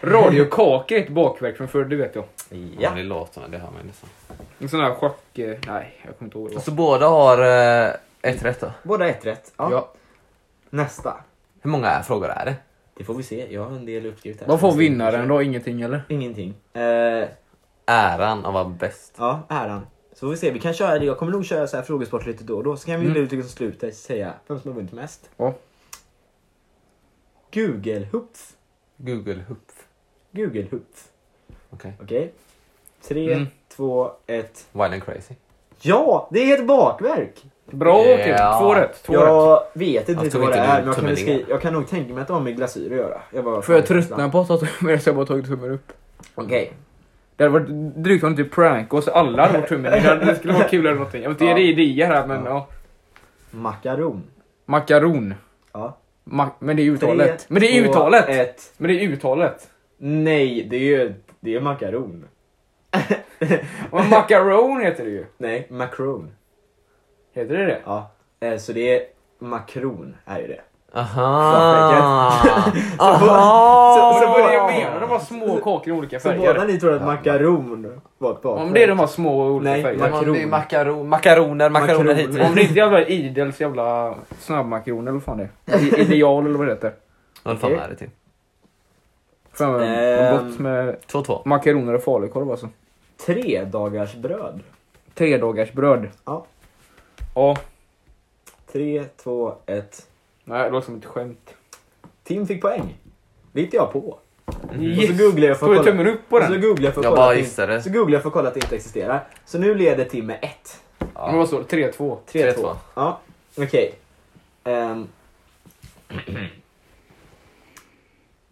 Radiokaka är ett bakverk från förr, det vet jag.
Ja.
Ja.
Det låter, det hör man ju nästan.
En sån här schack... eh, Nej, jag kommer inte ihåg. Vad.
Så båda har eh, ett rätt då?
Båda ett rätt. Ja.
Ja.
Nästa.
Hur många frågor är det?
Det får vi se, jag har en del uppskrivet här.
Vad får vinnaren då? Ingenting eller?
Ingenting. Eh,
Äran av att vara bäst.
Ja, äran. Så får vi se, vi kan köra det. Jag kommer nog köra så här frågesport lite då och då. Så kan vi mm. ut liksom slutet säga vem som har vunnit mest.
Ja.
Google-hupf.
Google Hupf.
Google-hupf.
Okej.
Okej? Tre,
Mm.
två, ett.
Wild and crazy.
Ja! Det är ett bakverk!
Bra
Ja.
Åke! Två rätt. Två rätt. Alltså,
Jag vet inte
Jag
riktigt
tror
vad det är,
inte det är
men jag kan, väl
tummen ner.
skri- jag kan nog tänka mig att det har med glasyr att göra. Jag bara,
För jag tröttnar på att ta tummen så jag bara tagit tummen upp.
Okej.
Det hade varit drygt om typ prank oss alla hade varit tummen ner. Det hade- Det skulle vara kul eller någonting. Jag vet inte,
Ja.
är det idéer här men ja.
Makaron.
Makaron.
Ja.
Ma- men det är
Tre,
uttalet. Men det är
två,
uttalet!
Ett.
Men det är uttalet.
Nej, det är ju det är makaron.
Men makaron heter det ju.
Nej, macron.
Heter det det?
Ja, eh, så det är makron är ju det.
Aha!
Så-
Så
så
vad är det
båda-
jag menar? De har små kakor i olika
Så båda
färger.
ni tror att makaron var ett bakverk?
Om det är de har små i olika
Nej,
färger.
makaron.
Det är makaro- makaroner, makaroner
Makaroner.
hit och
Om
dit.
det inte är jävla idels jävla snabbmakaron eller vad fan det är. I- Ideal eller vad det heter.
Vad fan är det till?
Fan vad
Ehm.
gott med
2-2.
makaroner och falukorv alltså.
Tre dagars bröd.
Tre dagars bröd.
Ja.
Ja.
Tre, två, ett.
Nej, det låter som ett skämt.
Tim fick poäng. Det hittade jag på.
Yes.
Och så googlar jag för
Får
att
du
kolla.
tummen upp på
Och Så
den?
googlar jag för att
Jag
kolla
bara
att det-
gissade.
Så googlar jag för att kolla att det inte existerar. Så nu leder Tim med ett.
Ja.
Men vad står det? 3-2.
Tre,
3-2.
två. Ja, okej. Ehm.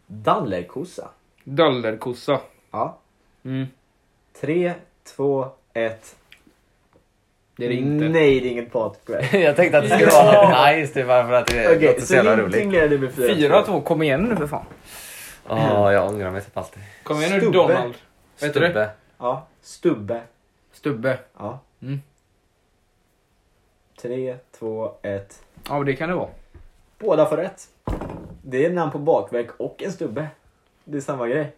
Dallerkossa.
Dallerkossa.
Ja.
Mm.
Tre, två, ett.
Det är det inte.
Nej, det är inget bakverk.
Jag tänkte att det skulle vara nice typ bara för att det
Okej,
låter så jävla roligt.
leder med fyra.
4-2, kom igen nu för fan.
Åh, jag ångrar mig typ alltid.
Kom igen
igen nu,
nu
Stubbe.
Donald.
Donald.
Vet du det?
Stubbe.
Ja, stubbe.
Stubbe.
Ja.
Mm.
Tre, två, ett.
Ja men det kan det vara.
Båda får rätt. Det är namn på bakverk och en stubbe. Det är samma grej.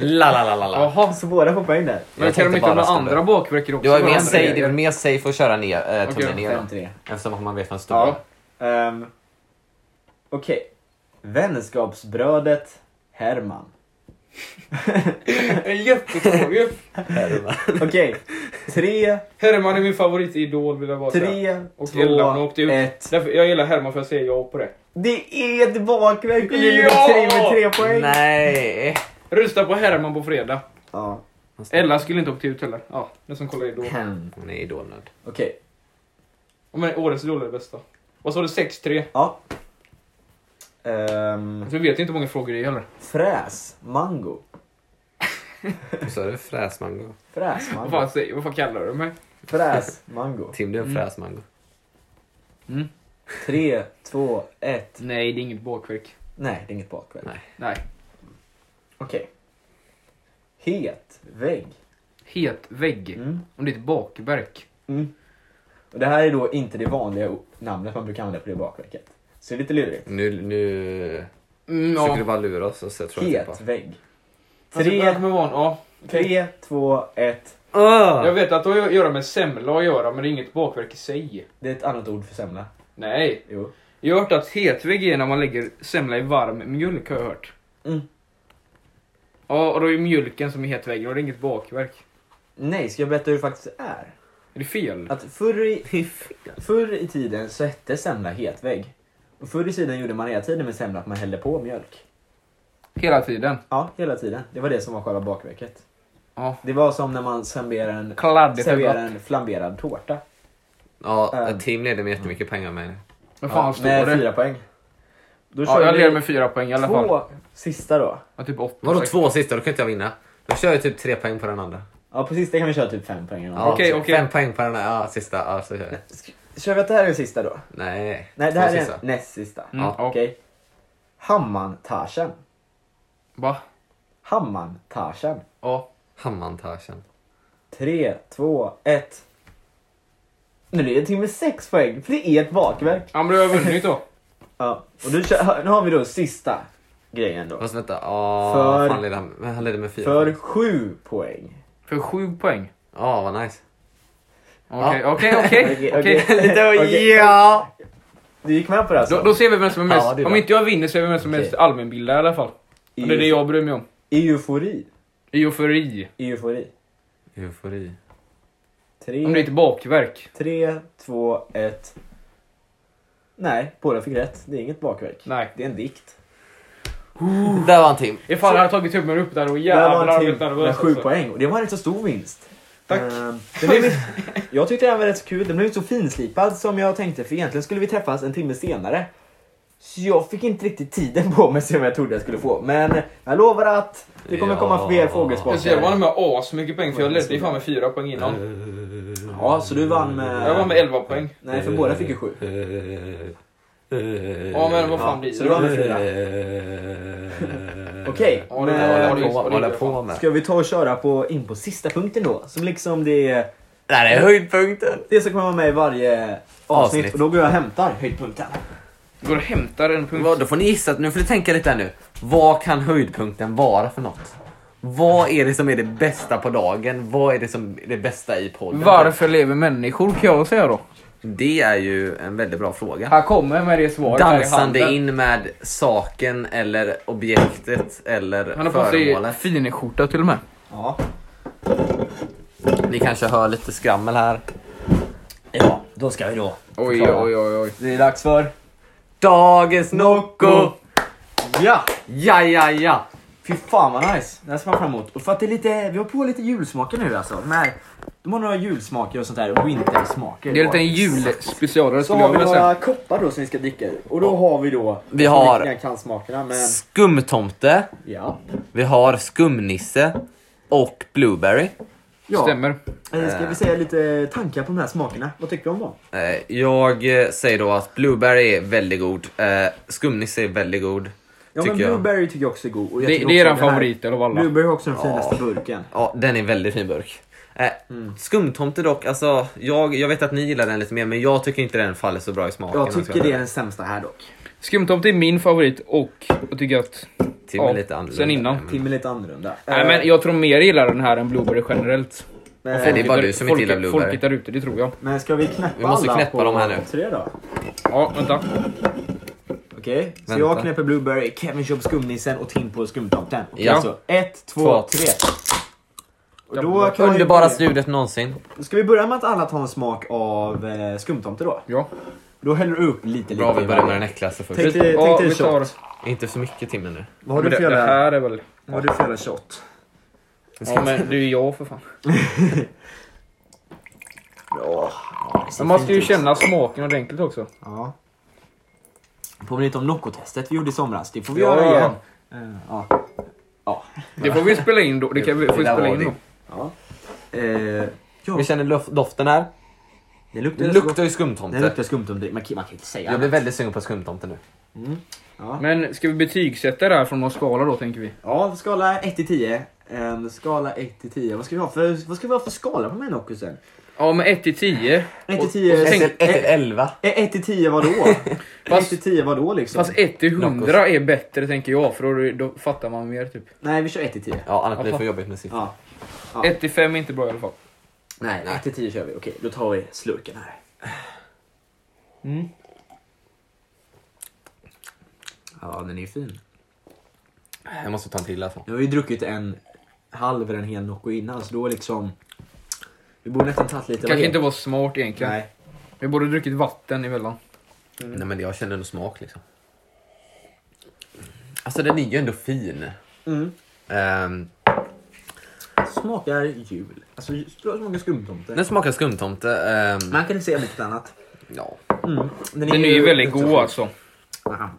La la la la la.
Jaha.
Så båda får poäng där.
Men
Jag
kan de
tänkte
inte ha
bara
några
stubbe.
andra bakverkor också?
Det var, mer
Några andra
safe, det var
grejer?
mer safe att köra ner äh, tummen
Okej,
ner
Fem,
då.
tre.
Eftersom man vet vad en stubbe
Ja.
är.
Ehm, Okej. Vänskapsbrödet Herman.
En jättefråga.
Okej. Tre,
Herman är min favoritidol vill jag bara säga.
tre,
Och Ella, hon
två,
åkte ut.
ett.
Därför, jag gillar Herman för jag säger ja på det.
Det är ett bakverk och det
Ja!
är tre med tre poäng.
Nej!
Rösta på Herman på fredag.
Ja.
Ella skulle inte åkt ut heller. Ja, den som kollar idol.
Okej.
Hon är idolnörd.
Ja, Men årets idol är det bästa. Vad sa du? 6-3?
Ja. Ehm,
Alltså, vi vet ju inte hur många frågor det är heller.
fräs, mango.
Så är det fräsmango.
Fräs,
Vad
mango.
fan, säger, vad fan kallar du mig?
Fräs, mango.
Tim, du är en fräsmango.
Tre, två, ett.
Nej, det är inget bakverk.
Nej, det är inget bakverk.
Nej.
Nej.
Okej. Het vägg.
Het vägg.
Mm.
Om det är ett bakverk.
Mm. Och det här är då inte det vanliga o- namnet man brukar använda på det bakverket. Så det är lite lurigt.
Nu, nu
Mm,
försöker du
ja.
bara lura oss och så tror jag
Het
inte
vägg.
Alltså, det här
Tre,
kommer vara en, ja.
tre, två, ett.
på.
Jag vet att det har att göra med semla att göra, men det är inget bakverk i sig.
Det är ett annat ord för semla.
Nej.
Jo.
Jag har hört att hetvägg är när man lägger semla i varm mjölk, har jag hört.
Mm.
Ja, och då är mjölken som är hetväggen och det är inget bakverk.
Nej, ska jag berätta hur det faktiskt är?
Är det fel?
Att förr i, förr i tiden så hette semla hetvägg. Och förr i tiden gjorde man hela tiden med semla att man hällde på mjölk.
Hela tiden.
Ja, hela tiden. Det var det som var själva bakverket.
Ja.
Det var som när man serverar en,
Kladdigt och
serverar
gott.
en flamberad tårta.
Ja,
Ähm.
Tim leder med jättemycket poäng av mig.
Vad fan
Ja,
står
med
det?
fyra poäng. Då
ja, jag
vi
leder med fyra poäng i alla fall.
två sista då.
Ja, typ åtta.
Vadå
säkert.
två sista? Då kan inte jag vinna. Då kör jag typ tre poäng på den andra.
Ja, på sista kan vi köra typ fem poäng. eller
Ja,
något.
Okej,
så
okej.
Fem poäng på den här. Ja, sista. Ja, så kör jag.
Kör vi att det här är den sista då?
Nej.
Nej, det
två
här är
sista.
den näst sista.
Mm,
Ja,
ja.
Okej. Hammantagen.
Va?
Hammantagen.
Ja.
Hammantagen.
Tre, två, ett. Nu är det till med sex poäng, för det är ett bakverk.
Ja men du har vunnit då.
Ja. Och nu, kör, nu har vi då sista grejen då.
Fast vänta. Åh,
För-
fan leder han, men han leder med fyra.
För sju poäng.
För sju poäng.
Ja, vad nice.
Okej,
Ja.
okej, okej.
okej.
okej.
Okej.
Ja!
Du gick med på det alltså?
Då, då ser vi vem som är mest.
Ja, det är
om
det.
inte jag vinner så är vi vem som är
Okej.
mest allmänbildad i alla fall. Och det är det jag bryr mig om.
Eufori.
Eufori.
Eufori.
Eufori.
Tre,
Om det är ett bakverk.
tre, två, ett. Nej, båda fick rätt. Det är inget bakverk.
Nej.
Det är en dikt.
Där var Tim.
Ifall jag hade tagit tummen upp där och
Där
jävlar
var
har
en
jag blivit
till typ med
nervös.
sju
alltså.
poäng och det var en rätt så stor vinst.
Tack.
Ehm, det blev, jag tyckte den var rätt så kul, den blev inte så finslipad som jag tänkte för egentligen skulle vi träffas en timme senare. Så jag fick inte riktigt tiden på mig som jag trodde jag skulle få. Men jag lovar att det kommer komma
Ja.
fler
Alltså, jag
frågesporter.
vann med asmycket poäng för jag ledde ju fan med fyra poäng innan.
Ja, så du vann med...
Jag vann med 11 poäng.
Nej, för båda fick ju sju.
Ja men vad fan
Ja,
blir
så
det
du vann
då?
med fyra. Okej,
Ja, det där
men
var det.
Vad håller jag på med?
ska vi ta och köra på, in på sista punkten då? Som liksom det är
Det här är höjdpunkten.
det som kommer vara med i varje avsnitt.
Avsnitt.
Och då går jag och hämtar höjdpunkten.
Går och hämtar en punkt.
Vad, då får ni gissa, nu får ni tänka lite här nu. Vad kan höjdpunkten vara för något? Vad är det som är det bästa på dagen? Vad är det som är det bästa i podden?
Varför lever människor kan jag säga då?
Det är ju en väldigt bra fråga.
Här kommer med det svaret här i
Dansande
handen.
in med saken eller objektet eller
Han har på sig
föremålet.
finskjorta till och med.
Ja.
Ni kanske hör lite skrammel här.
Ja, då ska vi då.
Oj,
Förklara.
oj, oj, oj.
Det är dags för...
Dagens Nocco!
Ja!
Ja, ja, ja!
Fy fan vad nice! Det här ser man fram emot. Och för att det är lite, vi har på lite julsmaker nu alltså. De, här, de har några julsmaker och sånt där. Wintersmaker.
Det är en liten
Så
julspecialare skulle
har
jag
vi
vilja säga.
några koppar då som vi ska dricka ur. Och då har vi då...
Vi har-
Jag kan smakerna men...
Skumtomte,
Ja.
vi har skumnisse och blueberry.
ja.
Stämmer.
Eh, Ska vi säga lite tankar på de här smakerna? Vad tycker du om dem?
Eh, Jag eh, säger då att blueberry är väldigt god. Eh, Skumnisse är väldigt god.
Ja
tycker
men
jag.
blueberry tycker jag också är god. Och jag
Det-
tycker
det är
också
den
den här-
favoriten av alla.
Blueberry har också den
Ja.
finaste burken.
Ja, den är en väldigt fin burk. Eh,
Mm.
Skumtomte dock, alltså jag, jag vet att ni gillar den lite mer men jag tycker inte den faller så bra i smaken.
Jag tycker det är den sämsta här dock.
Skumtomte är min favorit och jag tycker att...
Tim är
ja,
lite annorlunda. Mm.
Sen innan.
Tim är lite annorlunda.
Nej men jag tror mer gillar den här än Blueberry generellt.
men,
Nej, det är bara
Folket-
du som inte gillar
folket-
Blueberry.
Folket där ute, det tror jag.
Eh, men ska vi knäppa
Vi måste
alla
knäppa
på
dem här nu.
tre då?
Ja, vänta.
Okej, så
Vänta.
jag knäpper Blueberry, Kevin kör på skumnissen och Tim på skumtomten. Okej,
Ja.
Så ett, två,
Två.
tre. Och då kan
Underbara
vi,
ljudet någonsin.
Ska vi börja med att alla tar en smak av eh, skumtomte då?
Ja.
Då häller du upp lite
Bra,
lite.
vi börjar med den äckligaste först.
Tänk dig,
Ja,
tänk dig en
vi tar...
shot.
Inte så mycket Tim nu.
Vad har
Men
du
det,
för
det
jävla-
här är väl...
vad har du för jävla shot?
Ja men det är ju jag för fan.
Ja.
Men man ska ju känna smaken ordentligt också.
Ja. Påminner inte om Nocco-testet vi gjorde i somras. Det får vi
Ja.
göra igen. Eh, ja.
Det får vi spela in då. Det kan vi, får vi
där
spela
var
in
det.
Ja.
då.
Eh, ja.
Vi känner luft, doften här.
Det
Det
luktar,
luktar ju
det
skumtomte.
luktar skumtomdrick. Man, kan- man kan inte säga
Jag blir väldigt sugen på skumtomte nu.
Men ska vi betygsätta det här från någon skala då tänker vi?
Ja, skala 1 till 10. En skala 1 till 10. Vad ska vi ha för, vad ska vi ha för skala på Menoccusen?
Ja men 1 till 10.
1 till 10.
Och
Tänk-
tänk-
1 till 11.
1 till 10 vadå? 1 till 10 vadå liksom?
Fast 1 till 100 är bättre tänker jag för då, då fattar man mer typ.
Nej, vi kör 1 till 10.
Ja, annars blir det för jobbigt med siffror.
Ja. Ja.
1 till 5 är inte bra i alla fall.
Nej, 1 till 10 kör vi. Okej, då tar vi slurken här. Mm. Ja, den är ju fin.
Jag måste ta en till alltså.
Jag har ju druckit en halv eller en hel Nocco innan, så då liksom... Vi borde nästan tagit lite...
Kanske inte var smart egentligen.
Nej.
Vi borde ha druckit vatten emellan.
Nej men jag känner nog smak liksom. Alltså den är ju ändå fin.
Mm.
Ehm,
Smakar jul. Alltså smakar skumtomte.
den smakar skumtomte. ehm,
Man kan inte säga mycket annat.
ja.
Mm.
Den är ju väldigt god alltså.
Aha.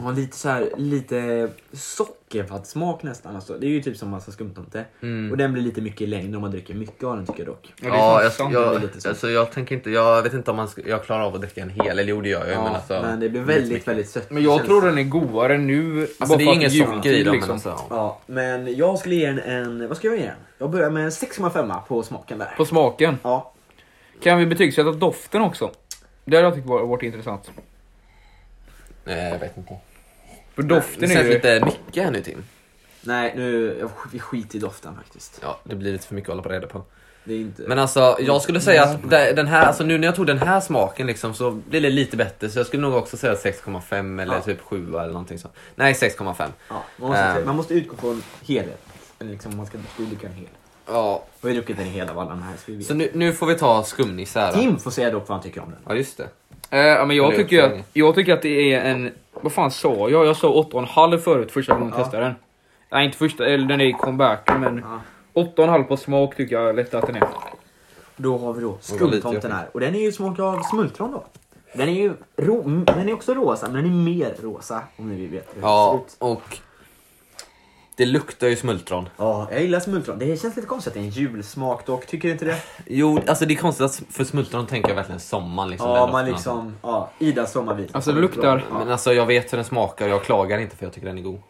Ja, lite så här, lite sockervattsmak nästan. Alltså. Det är ju typ som massa skumtomte. Och den blir lite mycket längre om man dricker mycket av den tycker jag dock.
Ja, det är
Ja,
sant.
jag,
Det är
jag,
lite så.
alltså, jag tänker inte, jag vet inte om man ska, jag klarar av att dricka en hel, eller jo det gör jag ju,
Ja,
men alltså.
men det blir
inte så
väldigt,
mycket.
väldigt sött.
Men jag
Känns-
tror den är godare nu.
Alltså det
för
är inget
att liksom. jultid,
socker i dem men alltså. ja.
Ja, men jag skulle ge den en, vad ska jag ge den? Jag börjar med en 6,5 på smaken där.
På smaken.
Ja,
Kan vi betygsätta doften också? Det hade jag tyckt var- varit intressant.
Nej, jag vet inte.
För
Det
doften är
känns
ju...
lite mycket här nu Tim.
nej nu, jag sk- vi skiter i doften faktiskt.
Ja, det blir lite för mycket att hålla på reda på.
Det är inte...
Men alltså jag skulle säga att det- den här, alltså nu när jag tog den här smaken liksom så blev det lite bättre så jag skulle nog också säga 6,5 eller
Ja.
typ 7 eller någonting sånt. Nej 6,5.
ja, man, måste,
Ehm.
man måste utgå från helhet. Eller liksom, man ska ska dricka en hel.
Ja,
Och vi har druckit en hel av alla de här så vi vet.
så nu, nu får vi ta skumnisse här då.
Tim får säga dock vad han tycker om den.
Ja just det.
Eh, ja, men jag
Eller
tycker, ju
länge.
att, jag tycker att det är en... Vad fan sa jag? Jag sa 8,5 förut första gången jag testade den. Nej, inte första, eller den är i comebacken men...
Ja.
8,5 på smak tycker jag lätt att den är.
Då har vi då
var lite
skumtomten här. Och den är ju smak av smultron då. Den är ju ro, m- den är också rosa, men den är mer rosa om ni vill veta hur
Ja,
det ser ut.
och det luktar ju smultron.
Ja, jag gillar smultron. Det känns lite konstigt att det är en julsmak dock, tycker du inte det?
Jo, alltså det är konstigt att för smultron tänker jag verkligen sommar liksom.
Ja,
den
man
doften, alltså.
liksom, ja, Idas sommarvin.
Alltså, det luktar-
Ja.
Men alltså jag vet hur den smakar och jag klagar inte för jag tycker den är god.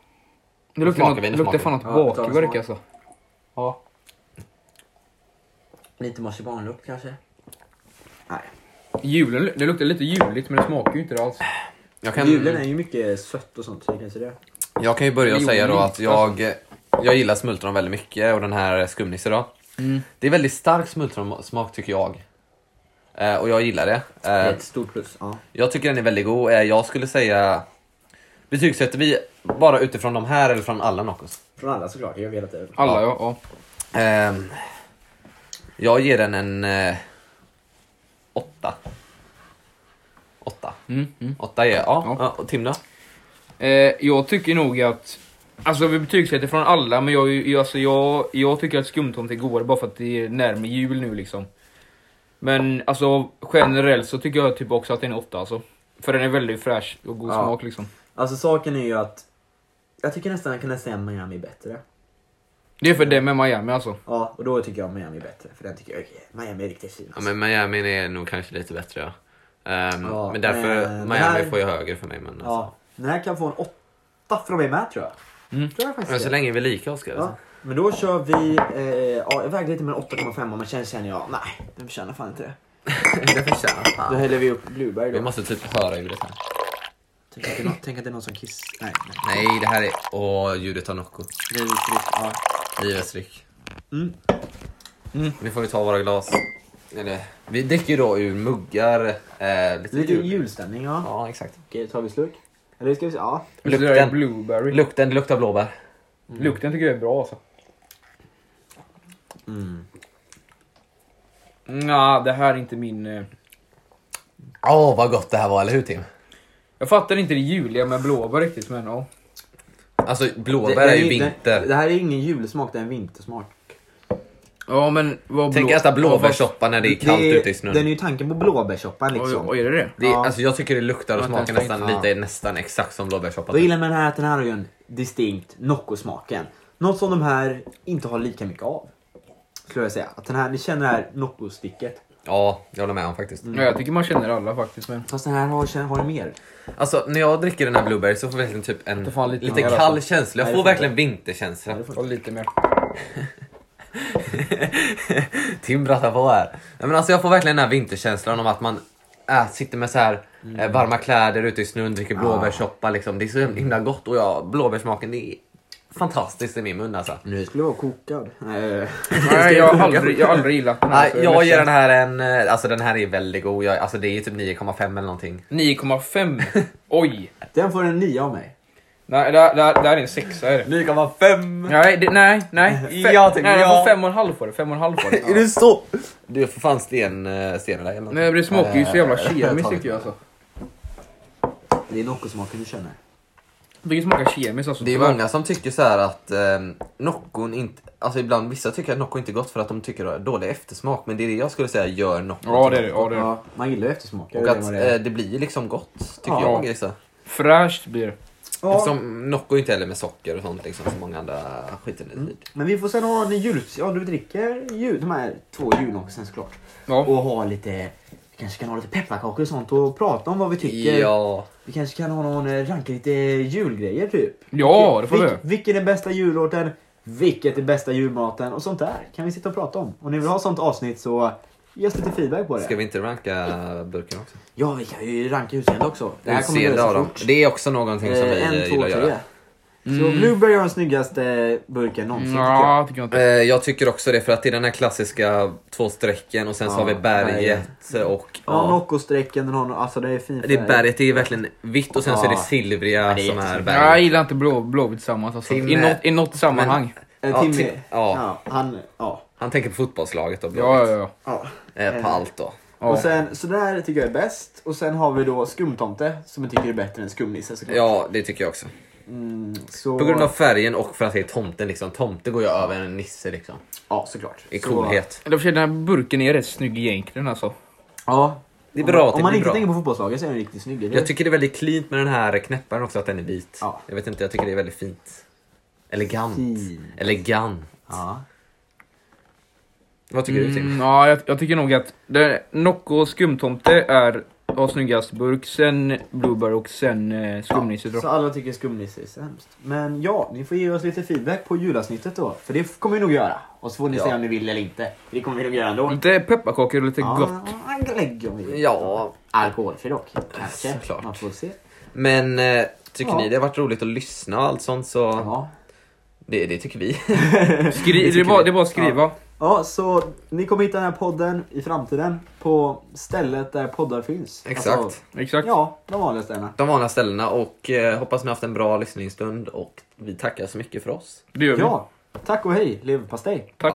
Det luktar,
Smakar
något,
vi, nu
luktar fan
vi.
smakar
något
Ja, vi tar en
bakverk
smak.
alltså. Ja.
Lite marsipanlukt kanske? Nej.
Julen, det luktar lite juligt men det smakar ju inte det alls.
Jag
Julen är ju mycket sött och sånt, så det kanske
Äh.
det.
Jag kan ju börja och
Jo,
säga då
lite.
att jag, jag gillar smultron väldigt mycket och den här skumnissen då. Det är väldigt stark smultronsmak tycker jag. Eh, och jag gillar det.
Det är
Eh,
ett stort plus. Ja.
jag tycker den är väldigt god. Eh, jag skulle säga... Betygsätter vi bara utifrån de här eller från alla Nocos?
Från alla såklart, jag vet att det
Alla ja. ja.
Eh, jag ger den en... Eh, åtta. Åtta.
Mm, mm.
Åtta är... Ja.
Ja.
ja. Och Tim då?
Eh, jag tycker nog att... Alltså vi betygsätter från alla, men jag, jag, alltså, jag, jag tycker att skumtomte är godare bara för att det är närmare jul nu liksom. Men alltså generellt så tycker jag typ också att den är åtta alltså. För den är väldigt fräsch och god
Ja.
smak liksom.
Alltså saken är ju att jag tycker nästan jag kan nästan säga Miami är bättre.
Det är för det med Miami alltså.
Ja, och då tycker jag Miami är bättre, för den tycker jag är Miami är riktigt fin.
Ja,
Alltså.
men Miami är nog kanske lite bättre. Ja. Ehm,
Ja,
men därför,
eh, den
Miami
här-
får ju högre för mig. Men alltså.
Ja, den här kan få en åtta från mig med tror jag.
Mm.
Tror jag
men
faktiskt
så
det.
länge vi är lika Oskar.
Ja,
Alltså.
men då kör vi, eh, ja jag vägde lite med en 8,5 men sen känner jag, nej den förtjänar fan inte det.
det förtjänar
Då
fan.
häller vi upp Blueberry
Vi
då.
måste typ höra ljudet här.
Tänk att, det är någon, tänk att det är någon som kiss... Nej, nej.
Nej, det här är... Åh, ljudet av Nocco.
Det är riktigt, ja.
Livets dryck.
Mm.
Nu får vi ta våra glas. Eller, vi dricker ju då ur muggar. Eh, lite
Lite
jul-
julstämning ja.
Ja, exakt.
Okej, tar vi slurk? Eller ska vi se, ja.
Lukten. Det där är blueberry.
Lukten, det luktar blåbär.
Lukten tycker jag är bra alltså. Nja, Mm. det här är inte min... eh,
Åh, vad gott det här var, eller hur Tim?
Jag fattar inte det juliga med blåbär riktigt men ja.
Alltså, blåbär är ju vinter.
Det, det här är ingen julsmak, det är en vintersmak.
Ja men vad
Tänk
blå-
äta
Ja,
blåbärssoppa när det är kallt ute i snön.
Den är ju tanken på blåbärssoppan
vad- Oj,
liksom.
oj, är det det?
Det är,
Ja.
alltså jag tycker det luktar och
Jag har inte
smakar
ens
nästan
tänkt.
lite, nästan exakt som blåbärssoppa.
Vad jag gillar med den här är att den här har ju en distinkt Nocco-smaken. Något som de här inte har lika mycket av. Skulle jag säga. Att den här, ni känner det här Nocco-sticket.
typ. Ja, jag håller med om faktiskt.
Ja, jag tycker man känner alla faktiskt men...
Fast den här har, har det mer.
Alltså när jag dricker den här blueberry så får jag verkligen typ en
Det fan lite
lite,
mer,
kall
alltså.
känsla.
Nej,
Jag
det
får
får
verkligen vinterkänsla.
Ja, lite mer.
Tim pratar på här. Nej, men alltså jag får verkligen den här vinterkänslan om att man äh, sitter med så här
Mm.
eh, varma kläder ute i snön, dricker blåbärssoppa liksom. Det är så himla gott och ja, blåbärssmaken det är fantastiskt i min mun alltså.
Mm.
Nu skulle vara kokad. Nej.
Nej, jag har aldrig, jag har aldrig gillat den här.
Nej,
så Alltså, är
jag ger
ledsen.
den här en, eh, alltså den här är väldigt god. Jag, alltså det är typ 9,5 eller någonting.
9,5. Oj!
Den får en 9 av mig.
Nej, det, här- det, här- det här är en sexa är det.
9,5!
Nej, det, nej, nej. Fe,
Jag tänker
nej,
ja.
jag får fem och en halv för det. Fem och en halv för det.
Är det så? Du är för fan sten, eh, sten eller någonting.
Nej, men det smakar ju så jävla
Eh, jag
kemiskt
tar
tycker jag alltså.
Det är Nocco-smaken du känner.
Det ju smaka kemiskt alltså.
Det är många som tycker så här att eh, Noccon inte... Alltså ibland, vissa tycker att Nocco inte är gott för att de tycker det har dålig eftersmak. Men det är det jag skulle säga gör Nocco
Ja
till
det är det. Ja, det, är det.
Ja, man gillar ju eftersmaker.
Och
det är
att
vad det är.
eh, det blir ju liksom gott, tycker
Ja.
jag. Gissa.
Fräscht blir det.
Ja,
Som Nocco är inte heller med socker och sånt liksom som många andra skiter i.
Mm,
men vi får sen ha en jul... Ja, du dricker jul, de här två julnoxen såklart.
Ja.
Och ha lite... Vi kanske kan ha lite pepparkakor och sånt och prata om vad vi tycker.
Ja,
Vi kanske kan ha någon, eh, ranka lite julgrejer typ.
Ja, det får vi
Vil-
göra.
Vilken är bästa jullåten? Vilket är bästa julmaten? Och sånt där kan vi sitta och prata om. Om ni vill ha sånt avsnitt så ge oss lite feedback på det.
ska vi inte ranka burken också?
Ja, vi kan ju ranka utseende också. Det här kommer
Utseende
gå
av
så
dem.
fort.
Det är också någonting som vi
Eh, en, två,
gillar att göra. Mm.
tre. Så Blueberry har den snyggaste burken
Mm.
någonsin tycker jag.
Nja, tycker jag inte.
Eh, Jag tycker också det för att det är den här klassiska två strecken och sen så
Ja,
har vi berget och...
Ja, Nocco-strecken, den har no- alltså det är fin
Det
färg.
är berget det är verkligen vitt och sen så är det
Ja.
silvriga
det är
som är
jättesnyggt.
berget.
Jag gillar inte blå, blåvitt tillsammans alltså. I
Timme.
något, I något sammanhang.
Eh,
Ja,
Timmy.
Tim- ja.
Ja, han, ja.
Han tänker på fotbollslaget då,
Ja, ja,
blåvitt.
ja.
ja.
Eh, På allt då.
ja.
Och sen, så där tycker jag är bäst. Och sen har vi då skumtomte som jag tycker är bättre än skumnisse såklart.
Ja, det tycker jag också.
Mm, så,
På grund av färgen och för att det är tomten liksom. Tomte går ju över en nisse liksom.
Ja, såklart.
I
Så-
coolhet.
Eller för sig, den här burken är rätt snygg egentligen alltså.
Ja.
Det är bra att
Om
det
man
blir
inte
bra.
tänker på fotbollslaget så är den riktigt snygg. eller?
Jag tycker det är väldigt cleant med den här knäpparen också, att den är vit.
Ja.
Jag vet inte, jag tycker det är väldigt fint. Elegant.
Fint.
Elegant.
Ja.
Vad tycker du Tim?
Mm, ja, jag, jag tycker nog att det, Nocco och skumtomte är har snyggast burk, sen blueberry och sen eh, skumnisse tror
Så
jag.
alla tycker skumnisse är sämst. Men ja, ni får ge oss lite feedback på julavsnittet då. För det kommer vi nog göra. Och så får ni
Ja.
säga om ni vill eller inte. Det kommer vi nog göra ändå.
Lite pepparkakor och lite gott.
Ja, lägg om ni vill.
Ja,
Alkoholfri dock. Kanske.
Såklart.
Man får se.
men eh, tycker
Ja.
ni det har varit roligt att lyssna och allt sånt så
Ja.
det, det tycker vi.
Skri, det, är bara, det är bara att skriva.
ja, så ni kommer hitta den här podden i framtiden på stället där poddar finns. Alltså,
Exakt.
Exakt.
ja, de vanliga ställena.
De vanliga ställena och eh, hoppas ni har haft en bra lyssningsstund och vi tackar så mycket för oss.
Det gör vi.
Ja, tack och hej leverpastej.
Tack.